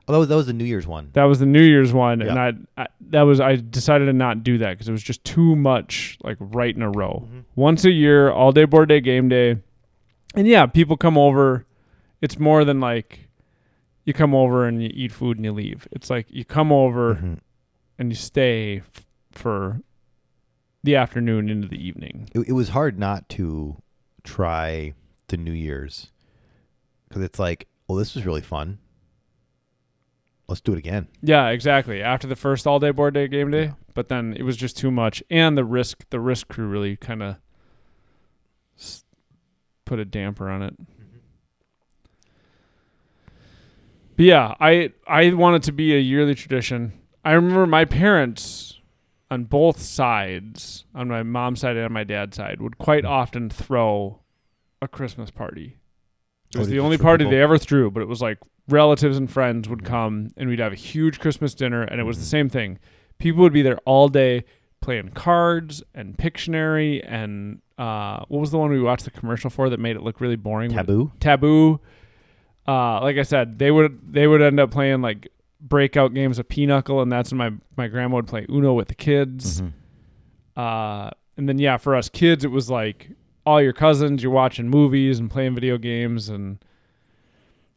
Oh, that was that was the New Year's one. That was the New Year's one, Yeah. and I, I that was I decided to not do that because it was just too much, like right in a row. Once a year, all day board day game day, and yeah, people come over. It's more than like you come over and you eat food and you leave. It's like you come over Mhm. and you stay f- for the afternoon into the evening. It, it was hard not to try the New Year's because it's like, well, this was really fun. Let's do it again. Yeah, exactly. After the first all day board day game day, Yeah. but then it was just too much, and the risk the risk crew really kind of s- put a damper on it. But yeah, I I want it to be a yearly tradition. I remember my parents on both sides, on my mom's side and on my dad's side, would quite often throw a Christmas party. It Oh, was they the just only threw party people? they ever threw, but it was like relatives and friends would come and we'd have a huge Christmas dinner and it was the same thing. People would be there all day playing cards and Pictionary and uh, what was the one we watched the commercial for that made it look really boring? Taboo. Taboo. Uh, like I said, they would they would end up playing like breakout games of Pinochle, and that's when my my grandma would play Uno with the Mm-hmm. kids. Uh, and then yeah, for us kids, it was like all your cousins. You're watching movies and playing video games, and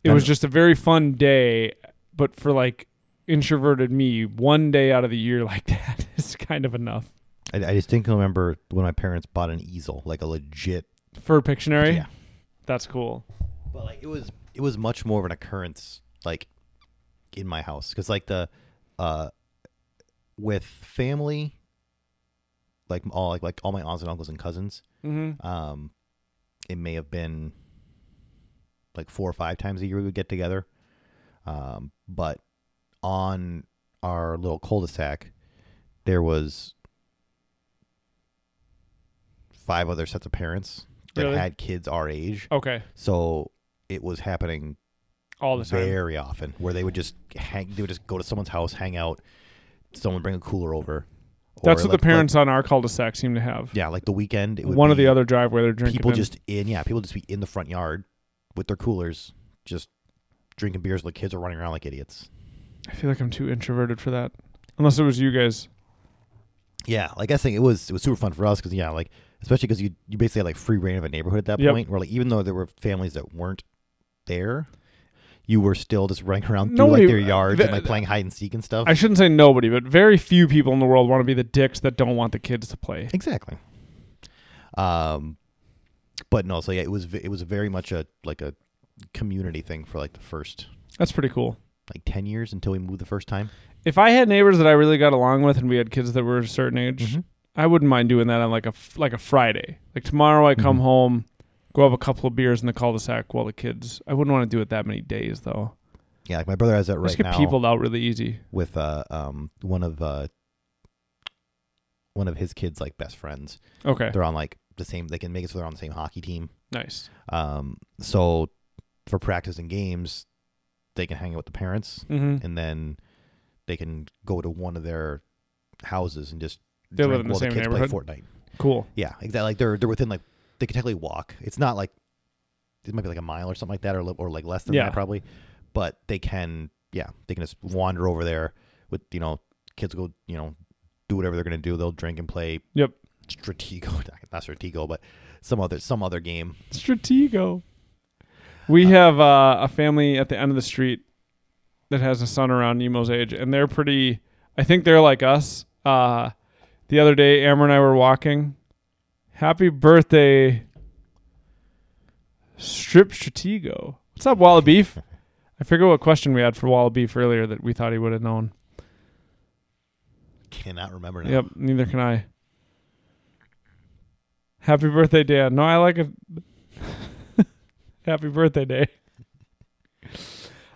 it I was know. just a very fun day. But for like introverted me, one day out of the year like that is kind of enough I, I distinctly remember when my parents bought an easel, like a legit. for Pictionary. Yeah, That's cool. but like it was it was much more of an occurrence like in my house because like the uh with family, like all like like all my aunts and uncles and cousins, Mm-hmm. um, it may have been like four or five times a year we would get together. Um, but on our little cul-de-sac, there was five other sets of parents that Really? had kids our age, Okay, so it was happening all the time. very often where they would just hang. They would just go to someone's house, hang out. Someone would bring a cooler over. That's Or, what like- the parents on our cul-de-sac seem to have. Like, yeah, like the weekend. It would One or be- the other driveway they're drinking. people in. just in yeah people just be in the front yard with their coolers just drinking beers like kids are running around like idiots I feel like I'm too introverted for that. Unless it was you guys. yeah like i think it was it was super fun for us because yeah like especially because you you basically had like free reign of a neighborhood at that Yep. point where like even though there were families that weren't there you were still just running around Nobody- through like their yards the- and like playing hide and seek and stuff I shouldn't say nobody, but very few people in the world want to be the dicks that don't want the kids to play. exactly um but no so yeah it was ve- it was very much a like a community thing for like the first That's pretty cool. like 10 years until we moved the first time If I had neighbors that I really got along with and we had kids that were a certain age, Mhm. I wouldn't mind doing that on like a f- like a Friday. Like tomorrow I come Mhm. home, go have a couple of beers in the cul-de-sac while the kids. I wouldn't want to do it that many days though. yeah like my brother has that right Just get now people out really easy. with uh um one of uh one of his kids like best friends. Okay. They're on like the same they can make it so they're on the same hockey team. Nice. Um so for practice and games they can hang out with the parents Mm-hmm. and then they can go to one of their houses and just They live drink in the while same kids play neighborhood? Fortnite. Cool. Yeah, exactly. Like they're they're within like they can technically walk. It's not like it might be like a mile or something like that, or li- or like less than Yeah. that probably. But they can, yeah, they can just wander over there with you know kids go you know do whatever they're gonna do. They'll drink and play Yep. Stratego, not Stratego, but some other some other game. Stratego. We have uh, a family at the end of the street that has a son around Nemo's age, and they're pretty. I think they're like us. Uh, the other day, Amber and I were walking. Happy birthday, Strip Stratego. What's up, Walla Beef? I forget what question we had for Walla Beef earlier that we thought he would have known. Cannot remember now. Yep, neither can I. Happy birthday, Dan. No, I like it. Happy birthday day.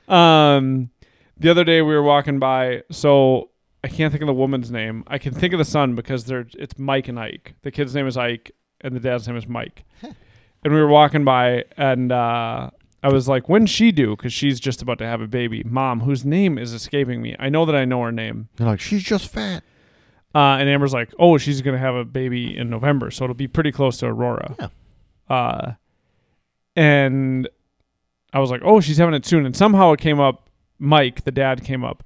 Um, the other day we were walking by, so I can't think of the woman's name. I can think of the son because they're it's Mike and Ike. The kid's name is Ike, and the dad's name is Mike. and we were walking by, and uh, I was like, "When's she due?" Because she's just about to have a baby, mom, whose name is escaping me. I know that I know her name. They're like, she's just fat. Uh, and Amber's like, "Oh, she's gonna have a baby in November, so it'll be pretty close to Aurora." Yeah. Uh, and I was like, "Oh, she's having it soon." And somehow it came up. Mike, the dad, came up,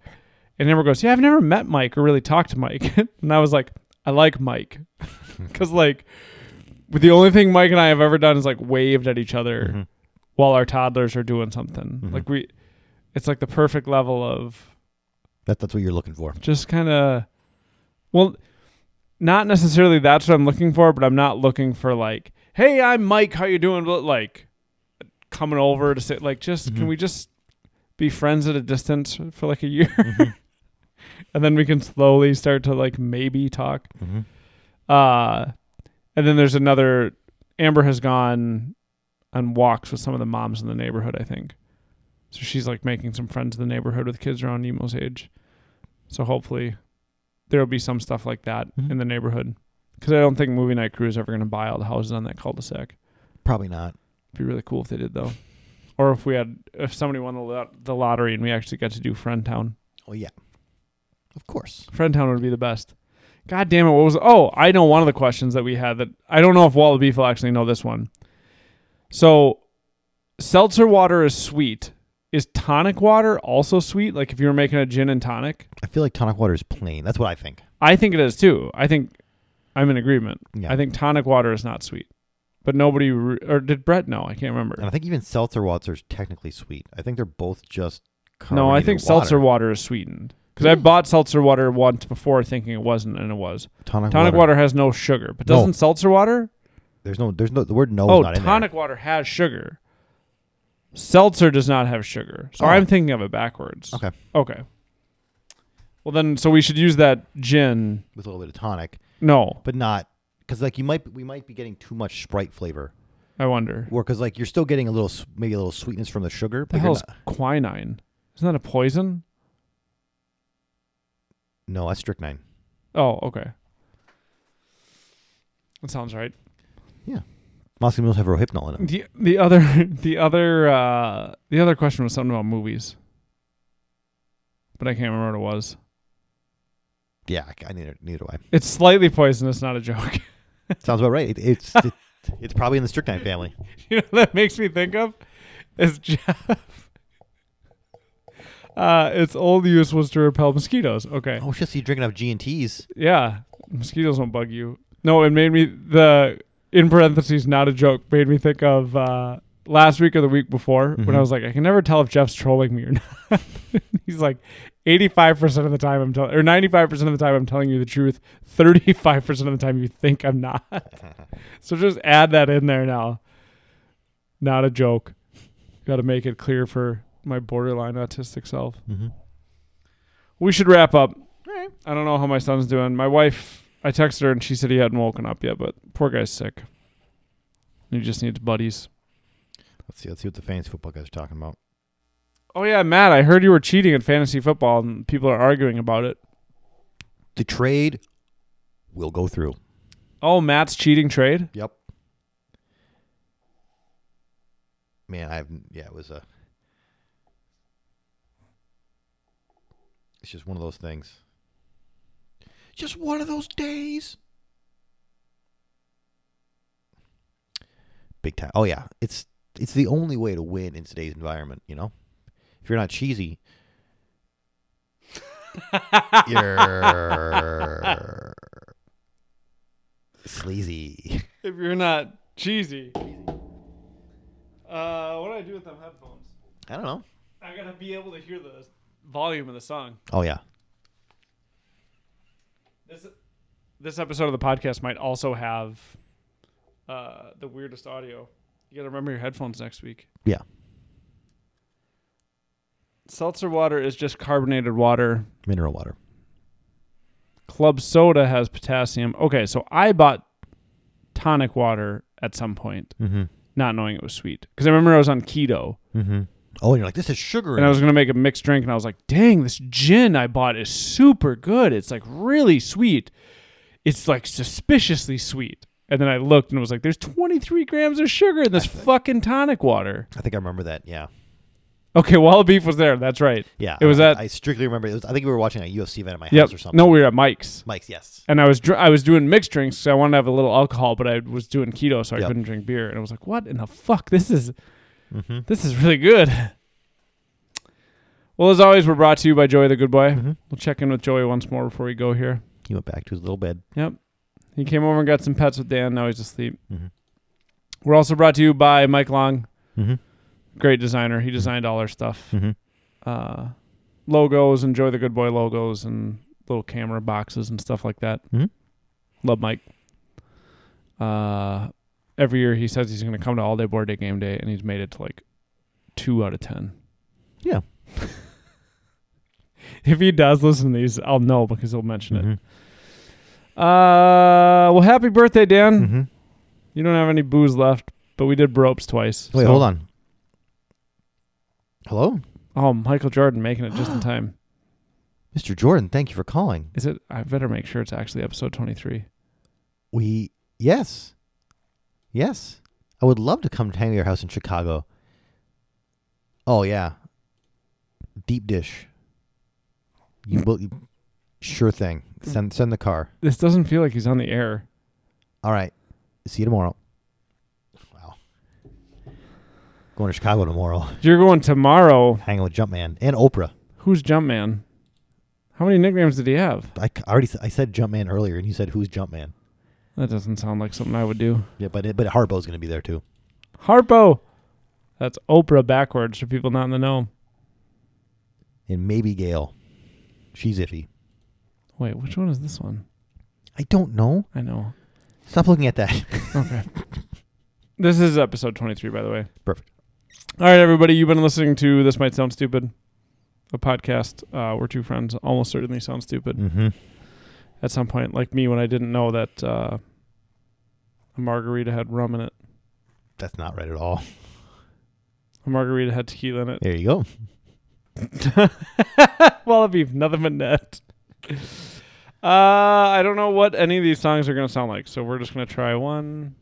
and Amber goes, "Yeah, I've never met Mike or really talked to Mike." and I was like, "I like Mike," because like, the only thing Mike and I have ever done is like waved at each other Mhm. while our toddlers are doing something. Mhm. Like we, it's like the perfect level of That, that's what you're looking for. just kind of well not necessarily that's what i'm looking for but i'm not looking for like hey i'm mike how you doing but like coming over to say like just can Mhm. we just be friends at a distance for like a year and then we can slowly start to like maybe talk Mhm. uh and then there's another amber has gone on walks with some of the moms in the neighborhood i think so she's like making some friends in the neighborhood with kids around nemo's age so hopefully there'll be some stuff like that Mhm. in the neighborhood because i don't think movie night crew is ever going to buy all the houses on that cul-de-sac Probably not. be really cool if they did though or if we had if somebody won the, lot- the lottery and we actually got to do friend town Oh yeah, of course. Friendtown would be the best. God damn it! What was? Oh, I know one of the questions that we had that I don't know if Walla Beef will actually know this one. So, seltzer water is sweet. Is tonic water also sweet? Like if you were making a gin and tonic, I feel like tonic water is plain. That's what I think. I think it is too. I think I'm in agreement. Yeah. I think tonic water is not sweet, but nobody re- or did Brett know? I can't remember. and I think even seltzer water is technically sweet. I think they're both just. No, I think carbonated seltzer water is sweetened because I Really? bought seltzer water once before thinking it wasn't, and it was. Tonic, Tonic water. water has no sugar, but No. doesn't seltzer water There's no. There's no. The word no Oh, is not in there. tonic water has sugar. Seltzer does not have sugar. So Oh. I'm thinking of it backwards. Okay. Okay. Well then so we should use that gin. with a little bit of tonic, No, but not because like you might we might be getting too much Sprite flavor, I wonder. or because like you're still getting a little s- maybe a little sweetness from the sugar. The but you're hell's not- quinine? Isn't that a poison? no, that's strychnine. Oh, okay. That sounds right. Moscow mules have rohypnol in them. The the other the other uh the other question was something about movies. But I can't remember what it was. Yeah, I, I neither, neither do I. It's slightly poisonous, not a joke. Sounds about right. It, it's it, it's probably in the strychnine family. you know what that makes me think of is Jeff. Uh, its old use was to repel mosquitoes. Okay, Oh, shit! So you're drinking off G and T's. yeah, mosquitoes don't bug you. No, it made me the in parentheses not a joke made me think of uh, last week or the week before when I Mhm. was like I can never tell if Jeff's trolling me or not. He's like eighty five percent of the time I'm telling or ninety five percent of the time I'm telling you the truth. Thirty five percent of the time you think I'm not. So just add that in there now. Not a joke. Got to make it clear for my borderline autistic self. Mm-hmm. We should wrap up. I don't know how my son's doing. My wife, I texted her and she said he hadn't woken up yet, but poor guy's sick. He just needs buddies. Let's see. Let's see what the fantasy football guys are talking about. Oh yeah, Matt, I heard you were cheating at fantasy football and people are arguing about it. The trade will go through. Oh, Matt's cheating trade? Yep. Man, I've yeah, it was a. It's just one of those things. Just one of those days. Big time. Oh yeah, it's it's the only way to win in today's environment. You know, if you're not cheesy, you're sleazy. If you're not Cheesy. Uh, what do I do with them headphones? I don't know. I gotta be able to hear the volume of the song. Oh yeah. This this episode of the podcast might also have uh, the weirdest audio. You got to remember your headphones next week. Yeah. Seltzer water is just carbonated water. Mineral water. Club soda has potassium. Okay, so I bought tonic water at some point, Mm-hmm. not knowing it was sweet, because I remember I was on keto Mm-hmm. Oh, and you're like, this is sugar. in and I it. was gonna make a mixed drink, and I was like, "Dang, this gin I bought is super good. It's like really sweet. It's like suspiciously sweet." And then I looked and was like, "There's 23 grams of sugar in this fucking tonic water." I think I remember that. Yeah. Okay, Walla Beef was there. That's right. Yeah. It was I, at- I strictly remember. It was, I think we were watching a UFC event at my Yep. house or something. No, we were at Mike's, Mike's. Yes. and I was dr- I was doing mixed drinks. So I wanted to have a little alcohol, but I was doing keto, so I Yep. couldn't drink beer. And I was like, "What in the fuck? This is Mm-hmm. This is really good. Well, as always, we're brought to you by Joey the Good Boy. Mhm. We'll check in with Joey once more before we go here. He went back to his little bed. He came over and got some pets with Dan. Now he's asleep. Mhm. We're also brought to you by Mike Long, Mm-hmm. great designer. He designed all our stuff Mm-hmm. uh, logos, and Joey the Good Boy logos, and little camera boxes and stuff like that. Mhm. Love Mike. Uh, every year he says he's going to come to All Day Board Day Game Day, and he's made it to like two out of ten. Yeah. if he does listen to these, I'll know because he'll mention Mm-hmm. it. Uh, well, happy birthday, Dan. Mm-hmm. You don't have any booze left, but we did ropes twice. Wait, so- hold on. Hello, Oh, Michael Jordan making it just in time. Mr. Jordan. Thank you for calling. Is it? I better make sure it's actually episode 23. We yes, yes. I would love to come hang at your house in Chicago. Oh yeah, deep dish. You will. You, sure thing. Send send the car. This doesn't feel like he's on the air. All right. See you tomorrow. Wow. Going to Chicago tomorrow. You're going tomorrow. Hanging with Jumpman and Oprah. Who's Jumpman? How many nicknames did he have? I c- already s- I said Jumpman earlier, and you said who's Jumpman? That doesn't sound like something I would do. Yeah, but it, but Harpo's going to be there too. Harpo. That's Oprah backwards for people not in the know. and maybe Gail. She's iffy. Wait, which one is this one? I don't know. I know. Stop looking at that. Okay. this is episode 23, by the way. Perfect. All right, everybody. You've been listening to This Might Sound Stupid, a podcast uh, where two friends almost certainly sound stupid. mm-hmm. at some point, like me when I didn't know that uh, a margarita had rum in it, That's not right at all. a margarita had tequila in it. There you go. Wallaby, nothing but net. Uh, I don't know what any of these songs are gonna sound like, so we're just gonna try one.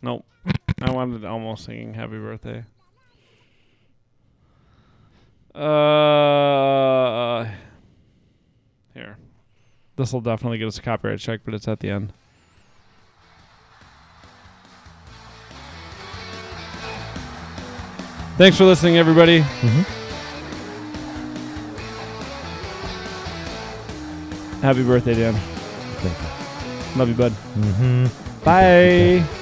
Nope. I wanted almost singing "Happy Birthday." Uh, here. This will definitely get us a copyright check, but it's at the end. Thanks for listening, everybody. Happy birthday, Dan. Thank you. Love you, bud. Mm-hmm. Bye.